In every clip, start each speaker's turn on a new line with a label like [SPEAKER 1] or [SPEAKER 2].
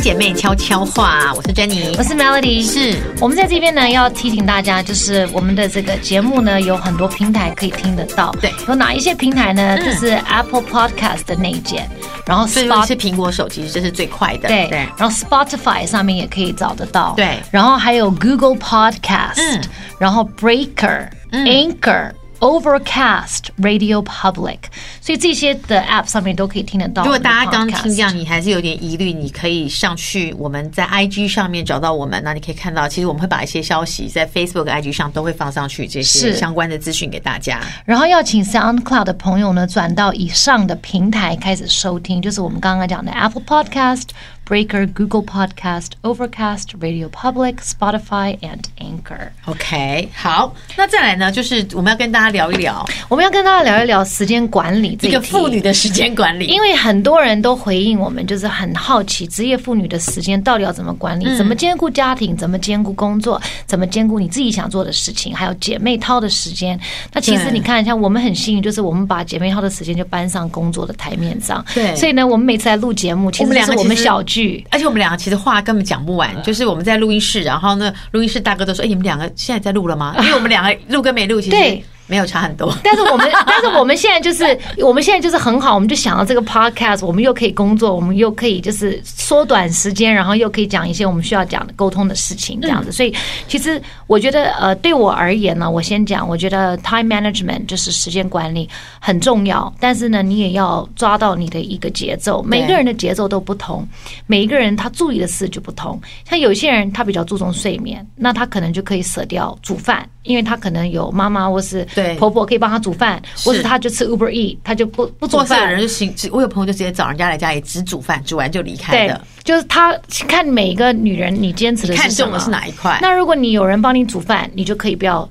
[SPEAKER 1] 姐妹悄悄话，我是珍妮
[SPEAKER 2] 我。是 Melody，
[SPEAKER 1] 是
[SPEAKER 2] 我们在这边呢要提醒大家，就是我们的这个节目呢有很多平台可以听得到，
[SPEAKER 1] 对
[SPEAKER 2] 有哪一些平台呢？
[SPEAKER 1] 嗯
[SPEAKER 2] 就是 Apple Podcast 的内建，然后
[SPEAKER 1] 所以如果是
[SPEAKER 2] Spot
[SPEAKER 1] 苹果手机，这是最快的。
[SPEAKER 2] 对，然后 Spotify 上面也可以找得到，
[SPEAKER 1] 对
[SPEAKER 2] 然后还有 Google Podcast，、
[SPEAKER 1] 嗯
[SPEAKER 2] 然后 Breaker、Anchor。Overcast Radio Public，所以这些的 App 上面都可以听得到
[SPEAKER 1] 如
[SPEAKER 2] 我
[SPEAKER 1] 果
[SPEAKER 2] 们的 podcast。
[SPEAKER 1] 大家刚听这样，你还是有点疑虑，你可以上去我们在 IG 上面找到我们，那你可以看到，其实我们会把一些消息在 Facebook、IG 上都会放上去这些
[SPEAKER 2] 是
[SPEAKER 1] 相关的资讯给大家。
[SPEAKER 2] 然后要请 SoundCloud 的朋友呢，转到以上的平台开始收听，就是我们刚刚讲的 Apple Podcast、Breaker、Google Podcast、Overcast、Radio Public、Spotify and Anchor。
[SPEAKER 1] OK，好，那再来呢，就是我们要跟大家聊一聊
[SPEAKER 2] 我们要跟大家聊一聊时间管理这
[SPEAKER 1] 一个
[SPEAKER 2] 题
[SPEAKER 1] 妇女。的时间管理。
[SPEAKER 2] 因为很多人都回应我们，就是很好奇职业妇女的时间到底要怎么管理，
[SPEAKER 1] 嗯
[SPEAKER 2] 怎么兼顾家庭，怎么兼顾工作，怎么兼顾你自己想做的事情，还有姐妹淘的时间。那其实
[SPEAKER 1] 对
[SPEAKER 2] 你看，像我们很幸运，就是我们把姐妹淘的时间就搬上工作的台面上。
[SPEAKER 1] 对
[SPEAKER 2] 所以呢，我们每次来录节目，其
[SPEAKER 1] 我
[SPEAKER 2] 实
[SPEAKER 1] 们两
[SPEAKER 2] 是
[SPEAKER 1] 个
[SPEAKER 2] 我们
[SPEAKER 1] 其实
[SPEAKER 2] 小聚。
[SPEAKER 1] 而且我们两个其实话根本讲不
[SPEAKER 2] 嗯
[SPEAKER 1] 完，就是我们在录音室，然后呢，录音室大哥都说：“哎、你们两个现在在录了 吗？”因为我们两个录跟没录其实
[SPEAKER 2] 对
[SPEAKER 1] 没有差很多。
[SPEAKER 2] 但是我们，但是我们现在就是，我们现在就是很好，我们就想到这个 podcast，我们又可以工作，我们又可以就是缩短时间，然后又可以讲一些我们需要讲的沟通的事情，这样子。所以其实我觉得，呃，对我而言呢，我先讲，我觉得 time management 就是时间管理很重要，但是呢，你也要抓到你的一个节奏，每个人的节奏都不同，每一个人他注意的事就不同。像有些人他比较注重睡眠，那他可能就可以舍掉煮饭，因为他可能有妈妈或是
[SPEAKER 1] 对
[SPEAKER 2] 婆婆可以帮他煮饭，
[SPEAKER 1] 是
[SPEAKER 2] 或者他就吃 Uber E，他就不不煮
[SPEAKER 1] 或是有
[SPEAKER 2] 饭
[SPEAKER 1] 人。就行，我有朋友就直接找人家来家里只煮饭，煮完就离开
[SPEAKER 2] 对
[SPEAKER 1] 的。，
[SPEAKER 2] 就是他看每一个女人，你坚持的
[SPEAKER 1] 看
[SPEAKER 2] 是什
[SPEAKER 1] 中
[SPEAKER 2] 么
[SPEAKER 1] 的是哪一块？
[SPEAKER 2] 那如果你有人帮你煮饭，你就可以不要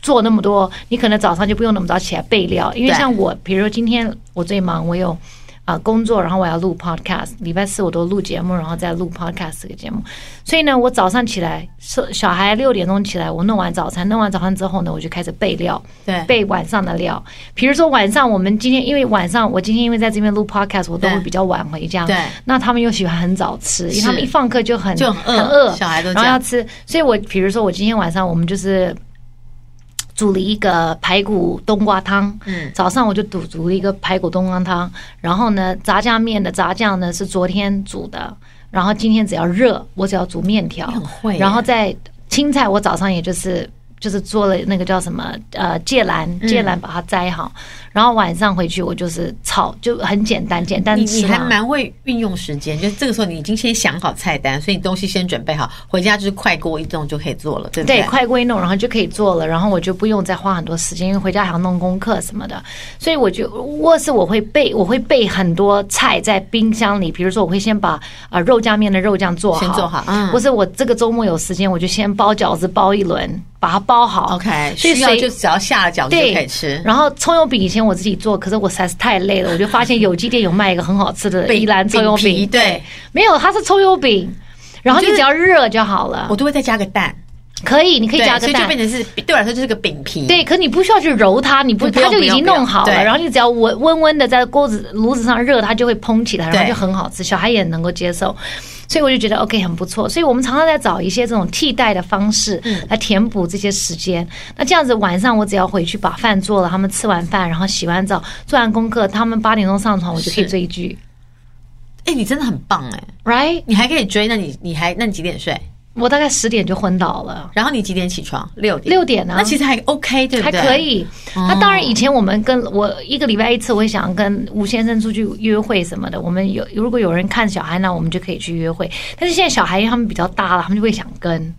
[SPEAKER 2] 做那么多，你可能早上就不用那么早起来备料，因为
[SPEAKER 1] 对
[SPEAKER 2] 像我，比如说今天我最忙，我有。啊、工作，然后我要录 podcast，礼拜四我都录节目，然后再录 podcast 这个节目，所以呢，我早上起来，是小孩六点钟起来，我弄完早餐，弄完早餐之后呢，我就开始备料，
[SPEAKER 1] 对
[SPEAKER 2] 备晚上的料。比如说晚上我们今天，因为晚上我今天因为在这边录 podcast，我都会
[SPEAKER 1] 对
[SPEAKER 2] 比较晚回家，
[SPEAKER 1] 对
[SPEAKER 2] 那他们又喜欢很早吃，因为他们
[SPEAKER 1] 是
[SPEAKER 2] 一放课就很
[SPEAKER 1] 就很饿小孩都这
[SPEAKER 2] 然后
[SPEAKER 1] 样
[SPEAKER 2] 要吃，所以我比如说我今天晚上我们就是。煮了一个排骨冬瓜汤，
[SPEAKER 1] 嗯
[SPEAKER 2] 早上我就煮煮了一个排骨冬瓜汤，然后呢，炸酱面的炸酱呢是昨天煮的，然后今天只要热，我只要煮面条，
[SPEAKER 1] 你很会耶
[SPEAKER 2] 然后再青菜，我早上也就是就是做了那个叫什么呃芥蓝，
[SPEAKER 1] 嗯
[SPEAKER 2] 芥蓝把它摘好，然后晚上回去我就是炒，就很简单，简单
[SPEAKER 1] 你
[SPEAKER 2] 吃
[SPEAKER 1] 你
[SPEAKER 2] 嘛。
[SPEAKER 1] 还蛮会运用时间，就是这个时候你已经先想好菜单，所以你东西先准备好，回家就是快锅一动就可以做了，对不
[SPEAKER 2] 对，
[SPEAKER 1] 对？
[SPEAKER 2] 快归弄，然后就可以做了，然后我就不用再花很多时间，因为回家还要弄功课什么的，所以我就卧室我会备，我会备很多菜在冰箱里，比如说我会先把啊、呃肉酱面的肉酱做好，
[SPEAKER 1] 先做好嗯
[SPEAKER 2] 或是我这个周末有时间，我就先包饺子包一轮，把它包好
[SPEAKER 1] OK，
[SPEAKER 2] 所以
[SPEAKER 1] 需要
[SPEAKER 2] 谁
[SPEAKER 1] 就只要下了饺子就
[SPEAKER 2] 对，
[SPEAKER 1] 可以吃。
[SPEAKER 2] 然后葱油饼以前我自己做，可是我实在是太累了，我就发现有机店有卖一个很好吃的
[SPEAKER 1] 饼
[SPEAKER 2] 宜兰葱油
[SPEAKER 1] 饼皮
[SPEAKER 2] 饼，
[SPEAKER 1] 对，
[SPEAKER 2] 没有，它是葱油饼，然后你
[SPEAKER 1] 我觉得
[SPEAKER 2] 只要热就好了
[SPEAKER 1] 我，都会再加个蛋，
[SPEAKER 2] 可以，你可以
[SPEAKER 1] 对，
[SPEAKER 2] 加个
[SPEAKER 1] 所以就
[SPEAKER 2] 蛋
[SPEAKER 1] 变。成是对我来说就是个饼皮。
[SPEAKER 2] 对，可你不需要去揉它，你不，
[SPEAKER 1] 不用
[SPEAKER 2] 它就
[SPEAKER 1] 嗯不
[SPEAKER 2] 已
[SPEAKER 1] 用
[SPEAKER 2] 经
[SPEAKER 1] 不用
[SPEAKER 2] 弄好了，
[SPEAKER 1] 对
[SPEAKER 2] 然后你只要温温温的在锅子炉子上热，它就会蓬起来，然后
[SPEAKER 1] 对
[SPEAKER 2] 就很好吃，小孩也能够接受。所以我就觉得 OK 很不错，所以我们常常在找一些这种替代的方式
[SPEAKER 1] 嗯
[SPEAKER 2] 来填补这些时间。那这样子晚上我只要回去把饭做了，他们吃完饭，然后洗完澡，做完功课，他们八点钟上床，我就可以
[SPEAKER 1] 是
[SPEAKER 2] 追剧
[SPEAKER 1] 哎、你真的很棒哎、
[SPEAKER 2] ，right？
[SPEAKER 1] 你还可以追，那你你还那你几点睡？
[SPEAKER 2] 我大概十点就昏倒了。
[SPEAKER 1] 然后你几点起床？六点。
[SPEAKER 2] 六点啊
[SPEAKER 1] 那其实还 OK，对不哦
[SPEAKER 2] 还
[SPEAKER 1] 对？
[SPEAKER 2] 可。以。那当然，以前我们跟我一个礼拜一次，我会想跟吴先生出去约会什么的。我们有如果有人看小孩，那我们就可以去约会。但是现在小孩因为他们比较大了，他们就会想跟。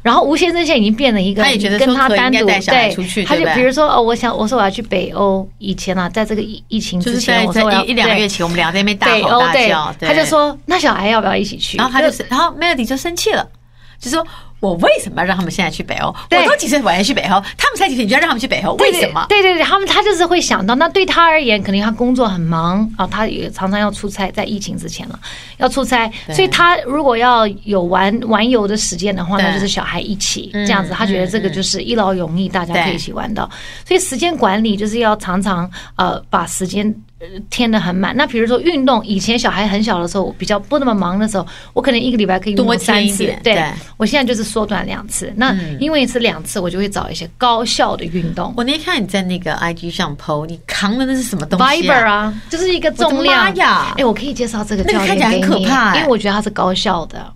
[SPEAKER 2] 然后吴先生现在已经变了一个，
[SPEAKER 1] 他也觉得说
[SPEAKER 2] 跟他
[SPEAKER 1] 可以
[SPEAKER 2] 单
[SPEAKER 1] 应
[SPEAKER 2] 独
[SPEAKER 1] 该带小孩
[SPEAKER 2] 对
[SPEAKER 1] 出去
[SPEAKER 2] 他就
[SPEAKER 1] 对不对
[SPEAKER 2] 比如说哦，我想我说我要去北欧，以前啊，在这个疫疫情
[SPEAKER 1] 就
[SPEAKER 2] 之
[SPEAKER 1] 是
[SPEAKER 2] 前，
[SPEAKER 1] 在
[SPEAKER 2] 我
[SPEAKER 1] 在
[SPEAKER 2] 说我要
[SPEAKER 1] 一一两个
[SPEAKER 2] 对
[SPEAKER 1] 月前，我们俩在那边大
[SPEAKER 2] 北
[SPEAKER 1] 吼
[SPEAKER 2] 欧
[SPEAKER 1] 大
[SPEAKER 2] 对
[SPEAKER 1] 叫，，对
[SPEAKER 2] 他就，说那小孩要不要一起去？
[SPEAKER 1] 然后他就是，然后 Melody 就生气了，就说。我为什么要让他们现在去北欧？
[SPEAKER 2] 对
[SPEAKER 1] 我都几岁我还去北欧，他们才几岁你就要让他们去北欧？为
[SPEAKER 2] 对
[SPEAKER 1] 什么？
[SPEAKER 2] 对对对对，他们他就是会想到，那对他而言，肯定他工作很忙啊，他也常常要出差，在疫情之前了，要出差，所以他如果要有玩玩游的时间的话，
[SPEAKER 1] 对嗯
[SPEAKER 2] 那就是小孩一起这样子，他觉得这个就是一劳永逸，大家可
[SPEAKER 1] 对
[SPEAKER 2] 以一起玩到，所以时间管理就是要常常呃把时间。填的很满。那比如说运动，以前小孩很小的时候，我比较不那么忙的时候，我可能一个礼拜可以运动
[SPEAKER 1] 多填
[SPEAKER 2] 三
[SPEAKER 1] 一
[SPEAKER 2] 次
[SPEAKER 1] 点，
[SPEAKER 2] 对
[SPEAKER 1] 对嗯
[SPEAKER 2] 我现在就是缩短两次。那因为是两次，我就会找一些高效的运动。
[SPEAKER 1] 我那天看你在那个 IG 上 PO，你扛的那是什么东西、
[SPEAKER 2] Viber
[SPEAKER 1] 啊？
[SPEAKER 2] 啊，就是一个重
[SPEAKER 1] 我的
[SPEAKER 2] 量
[SPEAKER 1] 妈呀
[SPEAKER 2] 哎，我可以介绍这个
[SPEAKER 1] 那个
[SPEAKER 2] 教
[SPEAKER 1] 看
[SPEAKER 2] 练
[SPEAKER 1] 起来很
[SPEAKER 2] 给
[SPEAKER 1] 可
[SPEAKER 2] 你
[SPEAKER 1] 怕哎
[SPEAKER 2] 因为我觉得它是高效的，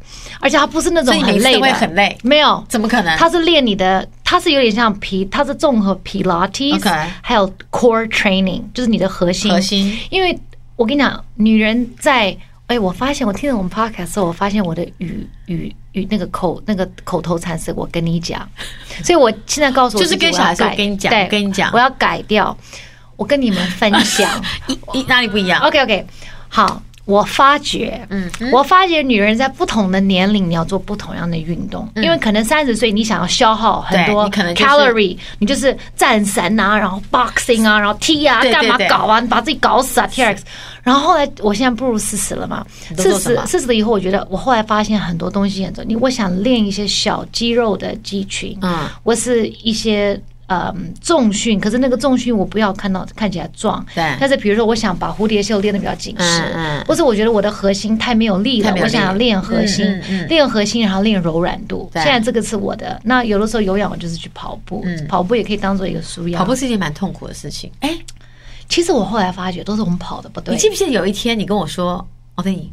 [SPEAKER 2] 而且它不是那
[SPEAKER 1] 所
[SPEAKER 2] 种
[SPEAKER 1] 以你
[SPEAKER 2] 很
[SPEAKER 1] 每次
[SPEAKER 2] 累
[SPEAKER 1] 都会
[SPEAKER 2] 的，
[SPEAKER 1] 很累，
[SPEAKER 2] 没有，
[SPEAKER 1] 怎么可能？
[SPEAKER 2] 它是练你的，它是有点像皮，它是综合 Pilates，、
[SPEAKER 1] OK
[SPEAKER 2] 还有 Core Training，就是你的核心。
[SPEAKER 1] 核心，
[SPEAKER 2] 因为我跟你讲，女人在哎，我发现我听了我们 podcast 之后，我发现我的语语语那个口那个口头禅是我跟 你讲，所以我现在告诉我
[SPEAKER 1] 就是
[SPEAKER 2] 自己
[SPEAKER 1] 跟
[SPEAKER 2] 我
[SPEAKER 1] 小
[SPEAKER 2] 要
[SPEAKER 1] 孩说
[SPEAKER 2] 改
[SPEAKER 1] 我跟你讲
[SPEAKER 2] 对
[SPEAKER 1] 我跟你讲
[SPEAKER 2] 我要改掉，我跟你们分享。
[SPEAKER 1] 一一哪里不一样？
[SPEAKER 2] OK OK，好，我发觉，嗯，我发觉女人在不同的年龄，你要做不同样的运动，因为可能三十岁你想要消耗很
[SPEAKER 1] 嗯对
[SPEAKER 2] 多
[SPEAKER 1] 你可能就是
[SPEAKER 2] calorie，你就是战神啊，然后 boxing 啊，然后踢啊，
[SPEAKER 1] 对对
[SPEAKER 2] 干嘛
[SPEAKER 1] 对
[SPEAKER 2] 搞啊，你把自己搞死啊，T-Rex。然后后来，我现在步入四十了嘛，
[SPEAKER 1] 都做
[SPEAKER 2] 四
[SPEAKER 1] 什
[SPEAKER 2] 十
[SPEAKER 1] 么
[SPEAKER 2] 四十了以后，我觉得我后来发现很多东西很重要。你我想练一些小肌肉的肌群，
[SPEAKER 1] 嗯，
[SPEAKER 2] 或是一些嗯重训，可是那个重训我不要看到看起来壮，
[SPEAKER 1] 对
[SPEAKER 2] 但是比如说我想把蝴蝶袖练得比较紧实，
[SPEAKER 1] 嗯嗯
[SPEAKER 2] 或者我觉得我的核心太没有力
[SPEAKER 1] 太
[SPEAKER 2] 了，
[SPEAKER 1] 没有
[SPEAKER 2] 我
[SPEAKER 1] 力
[SPEAKER 2] 想要练核心，
[SPEAKER 1] 嗯嗯嗯
[SPEAKER 2] 练核心，然后练柔软度。
[SPEAKER 1] 对
[SPEAKER 2] 现在这个是我的。那有的时候有氧我就是去跑步，跑步也可以当做一个舒
[SPEAKER 1] 嗯
[SPEAKER 2] 压。
[SPEAKER 1] 跑步是一件蛮痛苦的事情。哎、
[SPEAKER 2] 其实我后来发觉都是我们跑的不对
[SPEAKER 1] 你。记不记得有一天你跟我说，我对你，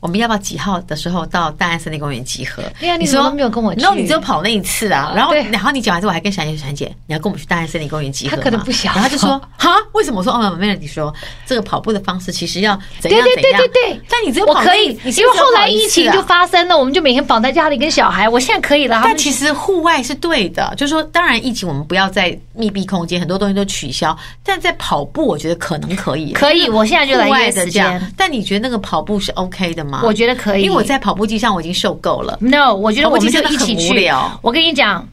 [SPEAKER 1] 我们要不要几号的时候到大安森林公园集合？
[SPEAKER 2] 对啊你怎么
[SPEAKER 1] 说
[SPEAKER 2] 都没有跟我去
[SPEAKER 1] 然后你只有跑那一次啊。然后，
[SPEAKER 2] 对
[SPEAKER 1] 然后你讲完之后，我还跟小姐、小姐，你要跟我们去大安森林公园集合吗。
[SPEAKER 2] 她可能不想
[SPEAKER 1] 然后她就说哈，为什么？我说哦，没有。你说这个跑步的方式其实要怎
[SPEAKER 2] 对
[SPEAKER 1] 样
[SPEAKER 2] 对
[SPEAKER 1] 怎
[SPEAKER 2] 对
[SPEAKER 1] 样？
[SPEAKER 2] 对对，
[SPEAKER 1] 但你只有
[SPEAKER 2] 我
[SPEAKER 1] 跑那
[SPEAKER 2] 可以，
[SPEAKER 1] 你是
[SPEAKER 2] 因为
[SPEAKER 1] 不是只有
[SPEAKER 2] 后来
[SPEAKER 1] 跑一
[SPEAKER 2] 疫
[SPEAKER 1] 次
[SPEAKER 2] 情
[SPEAKER 1] 啊
[SPEAKER 2] 就发生了，我们就每天绑在家里跟小孩。我现在可以了，他
[SPEAKER 1] 但
[SPEAKER 2] 们
[SPEAKER 1] 其实户外是对的，就是说，当然疫情我们不要在密闭空间，很多东西都取消。但在跑步，我觉得可能可以，
[SPEAKER 2] 可以。我现在就来
[SPEAKER 1] 户外
[SPEAKER 2] 约
[SPEAKER 1] 的
[SPEAKER 2] 时
[SPEAKER 1] 这样
[SPEAKER 2] 间，。
[SPEAKER 1] 但你觉得那个跑步是 OK 的吗？
[SPEAKER 2] 我觉得可以，
[SPEAKER 1] 因为我在跑步机上我已经受够了。
[SPEAKER 2] No，我觉得我们就
[SPEAKER 1] 跑步
[SPEAKER 2] 一
[SPEAKER 1] 机真的很
[SPEAKER 2] 起
[SPEAKER 1] 无
[SPEAKER 2] 去
[SPEAKER 1] 聊。
[SPEAKER 2] 我跟你讲，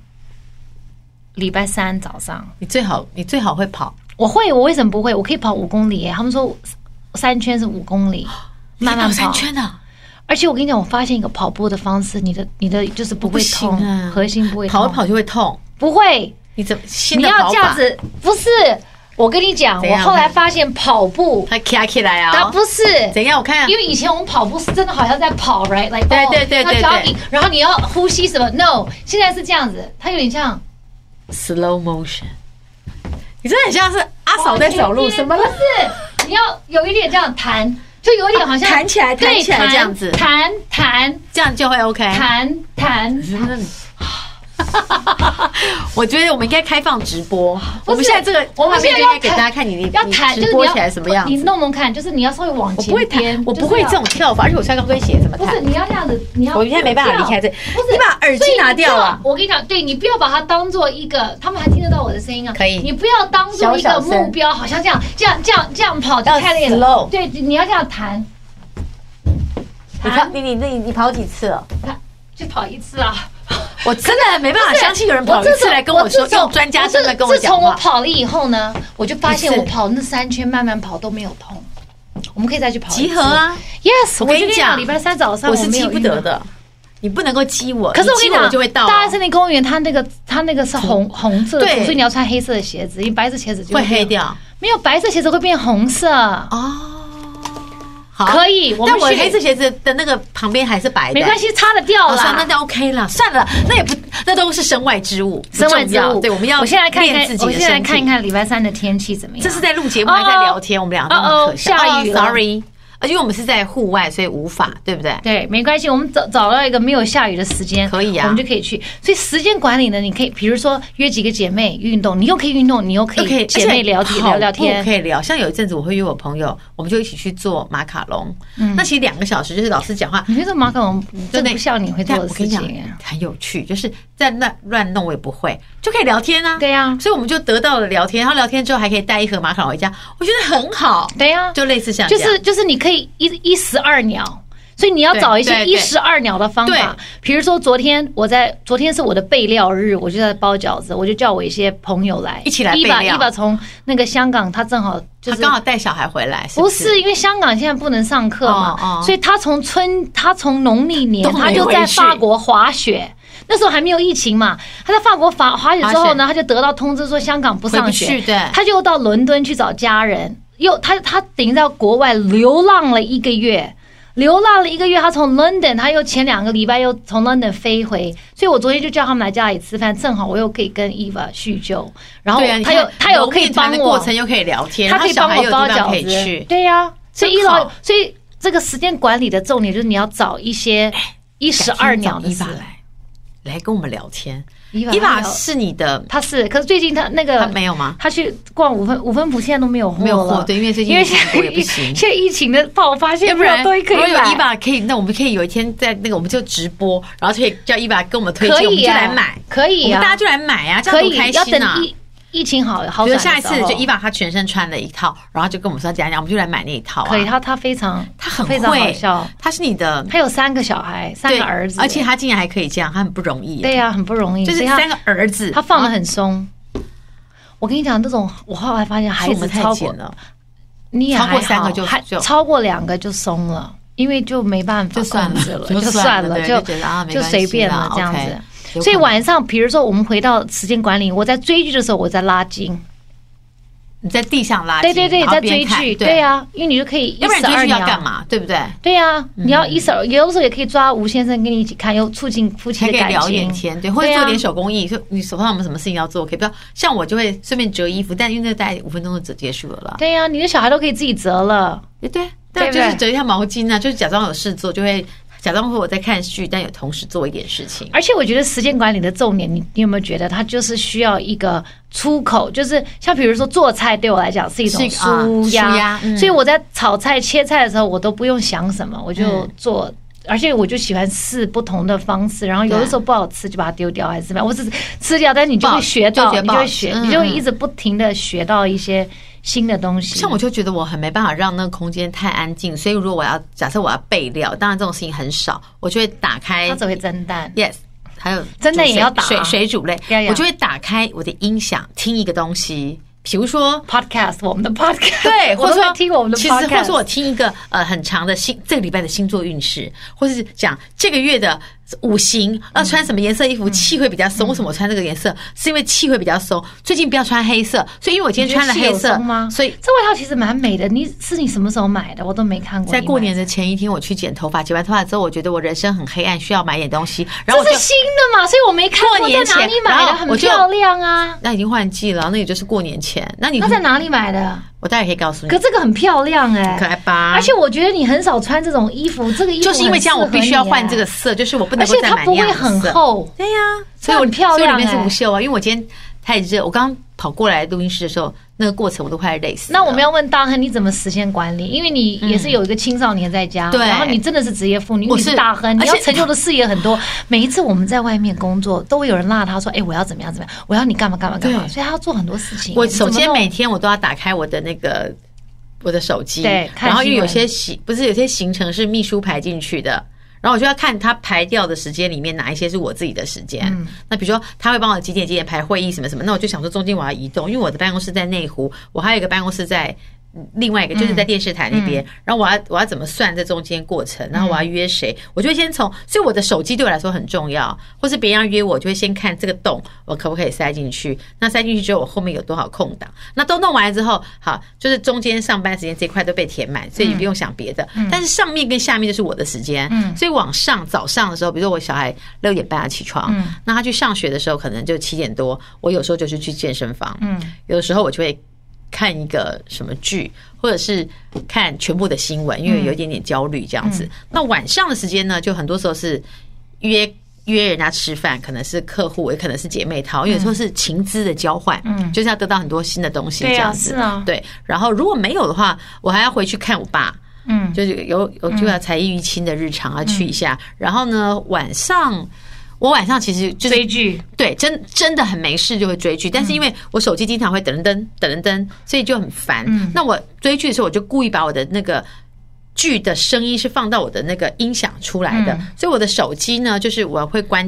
[SPEAKER 2] 礼拜三早上
[SPEAKER 1] 你最好你最好会跑，
[SPEAKER 2] 我会，我为什么不会？我可以跑五公里耶、他们说三圈是五公里，慢 慢
[SPEAKER 1] 你
[SPEAKER 2] 跑
[SPEAKER 1] 跑三。圈啊，
[SPEAKER 2] 而且我跟你讲，我发现一个跑步的方式，你的你的就是不
[SPEAKER 1] 不
[SPEAKER 2] 会
[SPEAKER 1] 行
[SPEAKER 2] 痛，
[SPEAKER 1] 啊，
[SPEAKER 2] 核心不会痛
[SPEAKER 1] 跑一跑就会痛。
[SPEAKER 2] 不会。
[SPEAKER 1] 你怎么新
[SPEAKER 2] 你
[SPEAKER 1] 的
[SPEAKER 2] 要
[SPEAKER 1] 跑
[SPEAKER 2] 这样
[SPEAKER 1] 法？
[SPEAKER 2] 子，不是？我跟你讲，
[SPEAKER 1] 怎
[SPEAKER 2] 我
[SPEAKER 1] 样
[SPEAKER 2] 后来发现跑步
[SPEAKER 1] 它卡起来
[SPEAKER 2] 它
[SPEAKER 1] 啊？
[SPEAKER 2] 不是。
[SPEAKER 1] 怎样？我看
[SPEAKER 2] 因为以前我们跑步是真的好像在跑，right？来、like,
[SPEAKER 1] 对
[SPEAKER 2] 哦
[SPEAKER 1] 对对对
[SPEAKER 2] 要
[SPEAKER 1] 对
[SPEAKER 2] jogging，然后你要呼吸什么？No，现在是这样子，它有点像
[SPEAKER 1] slow motion，你真的很像是阿嫂在走路，什么
[SPEAKER 2] 哦不是，你要有一点这样弹，就有一点好像
[SPEAKER 1] 啊弹起来
[SPEAKER 2] 对
[SPEAKER 1] 弹起来
[SPEAKER 2] 弹
[SPEAKER 1] 这样子哎
[SPEAKER 2] 弹弹
[SPEAKER 1] 这样就会 OK。
[SPEAKER 2] 弹弹。
[SPEAKER 1] 我觉得我们应该开放直播。
[SPEAKER 2] 不是
[SPEAKER 1] 我们现在这个，
[SPEAKER 2] 我们现在
[SPEAKER 1] 画面就应
[SPEAKER 2] 要
[SPEAKER 1] 该给大
[SPEAKER 2] 弹
[SPEAKER 1] 家看你你
[SPEAKER 2] 要
[SPEAKER 1] 你
[SPEAKER 2] 弹，就
[SPEAKER 1] 直
[SPEAKER 2] 是
[SPEAKER 1] 播
[SPEAKER 2] 你要
[SPEAKER 1] 起来什么样
[SPEAKER 2] 你
[SPEAKER 1] 子。
[SPEAKER 2] 弄弄看，就是你要稍微往
[SPEAKER 1] 我
[SPEAKER 2] 前
[SPEAKER 1] 不会弹
[SPEAKER 2] 边，
[SPEAKER 1] 我
[SPEAKER 2] 就是
[SPEAKER 1] 不会
[SPEAKER 2] 要
[SPEAKER 1] 这种。跳法，而且我穿高跟鞋怎么
[SPEAKER 2] 不
[SPEAKER 1] 弹
[SPEAKER 2] 是？你要这样子，你要
[SPEAKER 1] 我现在没办法离开这
[SPEAKER 2] 不是
[SPEAKER 1] 你把耳机
[SPEAKER 2] 所以你
[SPEAKER 1] 拿掉啊
[SPEAKER 2] 不要我跟你讲，对你不要把它当做一个，他们还听得到我的声音啊。
[SPEAKER 1] 可以
[SPEAKER 2] 你不要当做一
[SPEAKER 1] 小小
[SPEAKER 2] 个
[SPEAKER 1] 声
[SPEAKER 2] 目标，好像这样这样这样这样跑就
[SPEAKER 1] 要
[SPEAKER 2] 太累了。
[SPEAKER 1] slow
[SPEAKER 2] 对，你要这样弹，
[SPEAKER 1] 你看你你你你跑几次了？
[SPEAKER 2] 弹就跑一次啊。
[SPEAKER 1] 我真的没办法相信有人跑一
[SPEAKER 2] 自
[SPEAKER 1] 次
[SPEAKER 2] 从
[SPEAKER 1] 来跟我说，
[SPEAKER 2] 自从
[SPEAKER 1] 用专家声来跟
[SPEAKER 2] 我
[SPEAKER 1] 我
[SPEAKER 2] 自自
[SPEAKER 1] 讲
[SPEAKER 2] 从我
[SPEAKER 1] 话。
[SPEAKER 2] 跑了以后呢，我就发现
[SPEAKER 1] 一次
[SPEAKER 2] 我跑那三圈慢慢跑都没有痛。我们可以再去跑一次
[SPEAKER 1] 集合啊！
[SPEAKER 2] ！Yes，
[SPEAKER 1] 我
[SPEAKER 2] 我
[SPEAKER 1] 跟
[SPEAKER 2] 跟
[SPEAKER 1] 你
[SPEAKER 2] 你
[SPEAKER 1] 讲
[SPEAKER 2] 讲，礼拜三早上
[SPEAKER 1] 我是
[SPEAKER 2] 没
[SPEAKER 1] 激
[SPEAKER 2] 有
[SPEAKER 1] 不
[SPEAKER 2] 运动
[SPEAKER 1] 得。的，你不能够激我，
[SPEAKER 2] 可是我跟
[SPEAKER 1] 你
[SPEAKER 2] 你
[SPEAKER 1] 激我
[SPEAKER 2] 讲，
[SPEAKER 1] 就会到哦，
[SPEAKER 2] 大安森林公园它那个它那个是红红色的土，
[SPEAKER 1] 对
[SPEAKER 2] 所以你要穿黑色的鞋子，因为白色鞋子就
[SPEAKER 1] 会
[SPEAKER 2] 变
[SPEAKER 1] 黑。掉
[SPEAKER 2] 没有白色鞋子会变红色，
[SPEAKER 1] 哦。好，
[SPEAKER 2] 可以我们
[SPEAKER 1] 但我
[SPEAKER 2] 去
[SPEAKER 1] 黑色鞋子的那个旁边还是白的，
[SPEAKER 2] 没关系，擦得掉
[SPEAKER 1] 哦，算那
[SPEAKER 2] 啦。
[SPEAKER 1] 就 OK 了，算了，那也不，那都是身外之物，不
[SPEAKER 2] 身外
[SPEAKER 1] 重
[SPEAKER 2] 之
[SPEAKER 1] 要
[SPEAKER 2] 物，
[SPEAKER 1] 对，我们要
[SPEAKER 2] 我现在看一
[SPEAKER 1] 练
[SPEAKER 2] 看
[SPEAKER 1] 自，己
[SPEAKER 2] 我
[SPEAKER 1] 的
[SPEAKER 2] 现在
[SPEAKER 1] 身
[SPEAKER 2] 看一
[SPEAKER 1] 体。
[SPEAKER 2] 看礼拜三的天气怎么样。
[SPEAKER 1] 这是在录节目
[SPEAKER 2] 哦哦
[SPEAKER 1] 还是在聊天？我们俩都很可笑。
[SPEAKER 2] 哦哦吓
[SPEAKER 1] 哎
[SPEAKER 2] 到了
[SPEAKER 1] sorry，啊，因为我们是在户外，所以无法，对不对？
[SPEAKER 2] 对，没关系，我们找找到一个没有下雨的时间，
[SPEAKER 1] 可以啊
[SPEAKER 2] 我们就可以去。所以时间管理呢，你可以比如说约几个姐妹运动，你又可以运动，你又可
[SPEAKER 1] 都可以
[SPEAKER 2] 以姐妹聊
[SPEAKER 1] 而且
[SPEAKER 2] 天聊聊
[SPEAKER 1] 跑步
[SPEAKER 2] 天。
[SPEAKER 1] 可以聊。像有一阵子我会约我朋友，我们就一起去做马卡龙。
[SPEAKER 2] 嗯
[SPEAKER 1] 那其实两个小时就是老师讲话，
[SPEAKER 2] 你觉得马卡龙真的不像你会做
[SPEAKER 1] 但
[SPEAKER 2] 的
[SPEAKER 1] 我跟
[SPEAKER 2] 事
[SPEAKER 1] 你
[SPEAKER 2] 情
[SPEAKER 1] 讲
[SPEAKER 2] 哎？
[SPEAKER 1] 很有趣，就是在乱乱弄我也不会，就可以聊天啊。
[SPEAKER 2] 对呀
[SPEAKER 1] 所以我们就得到了聊天，然后聊天之后还可以带一盒马卡龙回家，我觉得很好。
[SPEAKER 2] 对呀、
[SPEAKER 1] 就类似像这
[SPEAKER 2] 就
[SPEAKER 1] 样
[SPEAKER 2] 是就是你可以一一石二鸟。所以你要找一
[SPEAKER 1] 对
[SPEAKER 2] 些
[SPEAKER 1] 对
[SPEAKER 2] 一石二鸟的方
[SPEAKER 1] 对
[SPEAKER 2] 法，比如说昨天我在昨天是我的备料日，我就在包饺子，我就叫我一些朋友来
[SPEAKER 1] 一起来
[SPEAKER 2] 伊
[SPEAKER 1] 备
[SPEAKER 2] 把伊
[SPEAKER 1] 料
[SPEAKER 2] 把从那个香港，他正好就
[SPEAKER 1] 他
[SPEAKER 2] 是
[SPEAKER 1] 刚好带小孩回来，
[SPEAKER 2] 不
[SPEAKER 1] 是
[SPEAKER 2] 是，因为香港现在不能上课嘛，
[SPEAKER 1] 哦哦
[SPEAKER 2] 所以他从春，他从农历年，
[SPEAKER 1] 都没
[SPEAKER 2] 他就
[SPEAKER 1] 回
[SPEAKER 2] 在
[SPEAKER 1] 去
[SPEAKER 2] 法国滑雪。那时候还没有疫情嘛，他在法国滑滑雪之后呢，他就得到通知说香港不上
[SPEAKER 1] 回不
[SPEAKER 2] 学
[SPEAKER 1] 去，对
[SPEAKER 2] 他就到伦敦去找家人。又他他等于在国外流浪了一个月。流浪了一个月，他从 London，他又前两个礼拜又从 London 飞回，所以我昨天就叫他们来家里吃饭，正好我又可以跟 Eva 叙旧，然后
[SPEAKER 1] 对啊，你
[SPEAKER 2] 他
[SPEAKER 1] 看
[SPEAKER 2] 又他又可以
[SPEAKER 1] 揉面团
[SPEAKER 2] 帮
[SPEAKER 1] 的
[SPEAKER 2] 我
[SPEAKER 1] 过，程又可以聊天，
[SPEAKER 2] 他
[SPEAKER 1] 然后
[SPEAKER 2] 可以
[SPEAKER 1] 小
[SPEAKER 2] 帮
[SPEAKER 1] 孩
[SPEAKER 2] 我
[SPEAKER 1] 有
[SPEAKER 2] 包
[SPEAKER 1] 地方可
[SPEAKER 2] 饺
[SPEAKER 1] 以
[SPEAKER 2] 子
[SPEAKER 1] 去，，
[SPEAKER 2] 对呀、所以
[SPEAKER 1] 真
[SPEAKER 2] 一老
[SPEAKER 1] 好，
[SPEAKER 2] 所以这个时间管理的重点就是你要找一些
[SPEAKER 1] 哎
[SPEAKER 2] 一石二鸟的
[SPEAKER 1] 伊
[SPEAKER 2] 事
[SPEAKER 1] 爸。来来跟我们聊天，
[SPEAKER 2] 伊
[SPEAKER 1] 伊爸
[SPEAKER 2] 他有
[SPEAKER 1] 是你的，
[SPEAKER 2] 他是，可是最近他那个
[SPEAKER 1] 他没有吗？
[SPEAKER 2] 他去逛五分五分埔，现在都没有货
[SPEAKER 1] 没有货
[SPEAKER 2] 了
[SPEAKER 1] 对因为最近
[SPEAKER 2] 因为
[SPEAKER 1] 疫情
[SPEAKER 2] 现在
[SPEAKER 1] 我也不行
[SPEAKER 2] 现在疫情的爆发，现在
[SPEAKER 1] 要不
[SPEAKER 2] 没
[SPEAKER 1] 然
[SPEAKER 2] 有东西可
[SPEAKER 1] 如果
[SPEAKER 2] 以
[SPEAKER 1] 有
[SPEAKER 2] 买
[SPEAKER 1] 伊。爸可以，那我们可以有一天在那个，我们就直播，然后就可以叫伊爸跟我们推
[SPEAKER 2] 可
[SPEAKER 1] 荐，我们
[SPEAKER 2] 以
[SPEAKER 1] 就
[SPEAKER 2] 啊，
[SPEAKER 1] 来买，
[SPEAKER 2] 可
[SPEAKER 1] 我
[SPEAKER 2] 以
[SPEAKER 1] 们
[SPEAKER 2] 啊，
[SPEAKER 1] 大家就来买啊，这
[SPEAKER 2] 可
[SPEAKER 1] 样多
[SPEAKER 2] 以
[SPEAKER 1] 开
[SPEAKER 2] 要
[SPEAKER 1] 心啊
[SPEAKER 2] 等！疫疫情好好
[SPEAKER 1] 比
[SPEAKER 2] 转
[SPEAKER 1] 如
[SPEAKER 2] 的时候，
[SPEAKER 1] 下一次就伊爸他全身穿了一套，然后就跟我们说讲讲，我们就来买那一套啊。
[SPEAKER 2] 可以，他他非常
[SPEAKER 1] 他很
[SPEAKER 2] 非常好
[SPEAKER 1] 会
[SPEAKER 2] 笑，，
[SPEAKER 1] 他是你的
[SPEAKER 2] 他有三个小孩，三
[SPEAKER 1] 对
[SPEAKER 2] 个儿子，
[SPEAKER 1] 而且他竟然还可以这样，他很不容易耶。
[SPEAKER 2] 对呀、啊很不容易，
[SPEAKER 1] 就是
[SPEAKER 2] 所以他
[SPEAKER 1] 三个儿子，
[SPEAKER 2] 他放的
[SPEAKER 1] 啊
[SPEAKER 2] 很松。我跟你讲，这种我后来发现孩
[SPEAKER 1] 是我
[SPEAKER 2] 子
[SPEAKER 1] 们太
[SPEAKER 2] 超过
[SPEAKER 1] 紧了，
[SPEAKER 2] 你也还
[SPEAKER 1] 超
[SPEAKER 2] 好
[SPEAKER 1] 过三个就
[SPEAKER 2] 还
[SPEAKER 1] 就
[SPEAKER 2] 超过两个就松了，因为就没办法
[SPEAKER 1] 就算
[SPEAKER 2] 控制
[SPEAKER 1] 了
[SPEAKER 2] 了，，
[SPEAKER 1] 就
[SPEAKER 2] 算
[SPEAKER 1] 了，对
[SPEAKER 2] 就
[SPEAKER 1] 觉得啊，没
[SPEAKER 2] 就
[SPEAKER 1] 关系
[SPEAKER 2] 随便
[SPEAKER 1] 啦
[SPEAKER 2] 了这样
[SPEAKER 1] OK，
[SPEAKER 2] 子。
[SPEAKER 1] 有
[SPEAKER 2] 所以
[SPEAKER 1] 可能
[SPEAKER 2] 晚上，比如说我们回到时间管理，我在追剧的时候，我在拉筋，
[SPEAKER 1] 你在地上拉筋，
[SPEAKER 2] 对对对，
[SPEAKER 1] 然后
[SPEAKER 2] 在
[SPEAKER 1] 边
[SPEAKER 2] 追
[SPEAKER 1] 看
[SPEAKER 2] 剧，对，啊，因为你就可以一
[SPEAKER 1] 要不然
[SPEAKER 2] 石
[SPEAKER 1] 你追
[SPEAKER 2] 二
[SPEAKER 1] 剧要
[SPEAKER 2] 鸟。
[SPEAKER 1] 干嘛？嗯对不对？
[SPEAKER 2] 对啊，你要一石二，有的时候也可以抓吴先生跟你一起看，又促进夫妻
[SPEAKER 1] 还
[SPEAKER 2] 的
[SPEAKER 1] 可以
[SPEAKER 2] 感
[SPEAKER 1] 聊一点
[SPEAKER 2] 情。
[SPEAKER 1] 天，对，或者
[SPEAKER 2] 对啊
[SPEAKER 1] 做点手工艺。就你手上有没有什么事情要做？可以不要像我就会顺便折衣服，但因为那大概五分钟就折结束了啦。
[SPEAKER 2] 对啊呀、你的小孩都可以自己折了。
[SPEAKER 1] 对对，啊但
[SPEAKER 2] 对不
[SPEAKER 1] 就
[SPEAKER 2] 对
[SPEAKER 1] 是折一下毛巾啊，就是假装有事做，就会假装会我在看剧，但有同时做一点事情。
[SPEAKER 2] 而且我觉得时间管理的重点，你你有没有觉得它就是需要一个出口？就是像比如说做菜，对我来讲是一
[SPEAKER 1] 是一
[SPEAKER 2] 种
[SPEAKER 1] 个啊
[SPEAKER 2] 舒
[SPEAKER 1] 舒
[SPEAKER 2] 压
[SPEAKER 1] 压，嗯
[SPEAKER 2] 所以我在炒菜、切菜的时候，我都不用想什么，我就做。
[SPEAKER 1] 嗯
[SPEAKER 2] 而且我就喜欢试不同的方式，然后有的时候不好吃就把它丢掉，还是怎么样？我只是吃掉，但你就
[SPEAKER 1] 不
[SPEAKER 2] 会
[SPEAKER 1] 好
[SPEAKER 2] 学到，
[SPEAKER 1] 就觉得
[SPEAKER 2] 你
[SPEAKER 1] 不
[SPEAKER 2] 就
[SPEAKER 1] 好
[SPEAKER 2] 会
[SPEAKER 1] 吃
[SPEAKER 2] 学，
[SPEAKER 1] 嗯
[SPEAKER 2] 你就会
[SPEAKER 1] 嗯
[SPEAKER 2] 一直不停的学到一些新的东西。
[SPEAKER 1] 像我就觉得我很没办法让那个空间太安静，所以如果我要假设我要备料，当然这种事情很少，我就会打开
[SPEAKER 2] 他只会蒸蛋，
[SPEAKER 1] yes，还有
[SPEAKER 2] 真的也
[SPEAKER 1] 煮水
[SPEAKER 2] 要打啊
[SPEAKER 1] 水水煮类
[SPEAKER 2] 要，要
[SPEAKER 1] 我就会打开我的音响听一个东西，比如说
[SPEAKER 2] podcast，我们的 podcast，
[SPEAKER 1] 对，
[SPEAKER 2] 我
[SPEAKER 1] 或
[SPEAKER 2] 都
[SPEAKER 1] 者
[SPEAKER 2] 在
[SPEAKER 1] 说
[SPEAKER 2] 听我们的 podcast，
[SPEAKER 1] 其实或者说我听一个呃很长的星这个礼拜的星座运势，或是讲这个月的五行
[SPEAKER 2] 嗯
[SPEAKER 1] 要穿什么颜色衣服，气会比较松。为什么我穿这个颜色？是因为气会比较松。最近不要穿黑色，所以因为我今天穿了黑
[SPEAKER 2] 你觉得
[SPEAKER 1] 色
[SPEAKER 2] 是有松吗？
[SPEAKER 1] 所以
[SPEAKER 2] 这外套其实蛮美的。你是你什么时候买的？我都没看过。
[SPEAKER 1] 在过年
[SPEAKER 2] 的，
[SPEAKER 1] 的前一天，我去剪头发，剪完头发之后，我觉得我人生很黑暗，需要买点东西，然后
[SPEAKER 2] 这
[SPEAKER 1] 我就是
[SPEAKER 2] 新的嘛，所以我没看过。
[SPEAKER 1] 过年
[SPEAKER 2] 在哪里
[SPEAKER 1] 前
[SPEAKER 2] 买
[SPEAKER 1] 然
[SPEAKER 2] 的？
[SPEAKER 1] 后
[SPEAKER 2] 很
[SPEAKER 1] 我就嗯
[SPEAKER 2] 漂亮啊。
[SPEAKER 1] 那已经换季了，那也就是过年前。那你
[SPEAKER 2] 那在哪里买的？
[SPEAKER 1] 我待会可以告诉你
[SPEAKER 2] 可，这个很漂亮哎、
[SPEAKER 1] 嗯可爱吧？
[SPEAKER 2] 而且我觉得你很少穿这种衣服，这个衣服
[SPEAKER 1] 就是因为这样，我必须要换这个
[SPEAKER 2] 很适
[SPEAKER 1] 色，就是我不
[SPEAKER 2] 合你
[SPEAKER 1] 能够
[SPEAKER 2] 哎，而且
[SPEAKER 1] 再
[SPEAKER 2] 它
[SPEAKER 1] 买
[SPEAKER 2] 不
[SPEAKER 1] 那
[SPEAKER 2] 会
[SPEAKER 1] 样
[SPEAKER 2] 很
[SPEAKER 1] 的色。
[SPEAKER 2] 厚，
[SPEAKER 1] 对呀、所
[SPEAKER 2] 这
[SPEAKER 1] 以我
[SPEAKER 2] 很漂
[SPEAKER 1] 所以
[SPEAKER 2] 亮
[SPEAKER 1] 我里面是
[SPEAKER 2] 哎
[SPEAKER 1] 无袖啊，因为我今天太热，我刚跑过来录音室的时候，那个过程我都快累死了。
[SPEAKER 2] 那我们要问大亨，你怎么实现管理？因为你也是有一个青少年在家，
[SPEAKER 1] 嗯对
[SPEAKER 2] 然后你真的是职业妇女，
[SPEAKER 1] 我
[SPEAKER 2] 你
[SPEAKER 1] 是
[SPEAKER 2] 是大亨，你
[SPEAKER 1] 而且
[SPEAKER 2] 要成就的事业很多。 每一次我们在外面工作，都会有人拉他说：“哎，我要怎么样怎么样，我要你干嘛干嘛干嘛。”
[SPEAKER 1] 对
[SPEAKER 2] 所以他要做很多事情。
[SPEAKER 1] 我
[SPEAKER 2] 你怎
[SPEAKER 1] 首
[SPEAKER 2] 么
[SPEAKER 1] 先
[SPEAKER 2] 弄
[SPEAKER 1] 每天我都要打开我的那个我的手机，
[SPEAKER 2] 对看
[SPEAKER 1] 然后因为
[SPEAKER 2] 新闻
[SPEAKER 1] 有些行不是有些行程是秘书排进去的。然后我就要看他排掉的时间里面哪一些是我自己的时间。
[SPEAKER 2] 嗯
[SPEAKER 1] 那比如说他会帮我几点几点排会议什么什么，那我就想说中间我要移动，因为我的办公室在内湖，我还有一个办公室在嗯另外一个就是在电视台那
[SPEAKER 2] 嗯
[SPEAKER 1] 边。然后我要我要怎么算这中间过程，然后我要约谁，我就会先从，所以我的手机对我来说很重要，或是别人要约我，我就会先看这个洞我可不可以塞进去，那塞进去之后我后面有多少空档，那都弄完了之后，好，就是中间上班时间这块都被填满，所以你不用想别的。但是上面跟下面就是我的时间，所以往上早上的时候，比如说我小孩六点半要起床，那他去上学的时候可能就七点多，我有时候就是去健身房，有的时候我就会看一个什么剧，或者是看全部的新闻，因为有一点点焦虑这样子。那晚上的时间呢，就很多时候是约。约人家吃饭，可能是客户，也可能是姐妹淘，因为有时候是情资的交换，嗯，就是要得到很多新的东西，这
[SPEAKER 2] 对啊
[SPEAKER 1] 样子，
[SPEAKER 2] 是啊
[SPEAKER 1] 对。然后如果没有的话，我还要回去看我爸，
[SPEAKER 2] 嗯，
[SPEAKER 1] 就是有有就要才艺于亲的日常啊，去一下。然后呢，晚上我晚上其实就是
[SPEAKER 2] 追剧，
[SPEAKER 1] 对，真真的很没事就会追剧，
[SPEAKER 2] 嗯
[SPEAKER 1] 但是因为我手机经常会噔噔噔噔噔噔，所以就很烦。
[SPEAKER 2] 嗯
[SPEAKER 1] 那我追剧的时候，我就故意把我的那个。剧的声音是放到我的那个音响出来的，
[SPEAKER 2] 嗯
[SPEAKER 1] 所以我的手机呢，就是我会关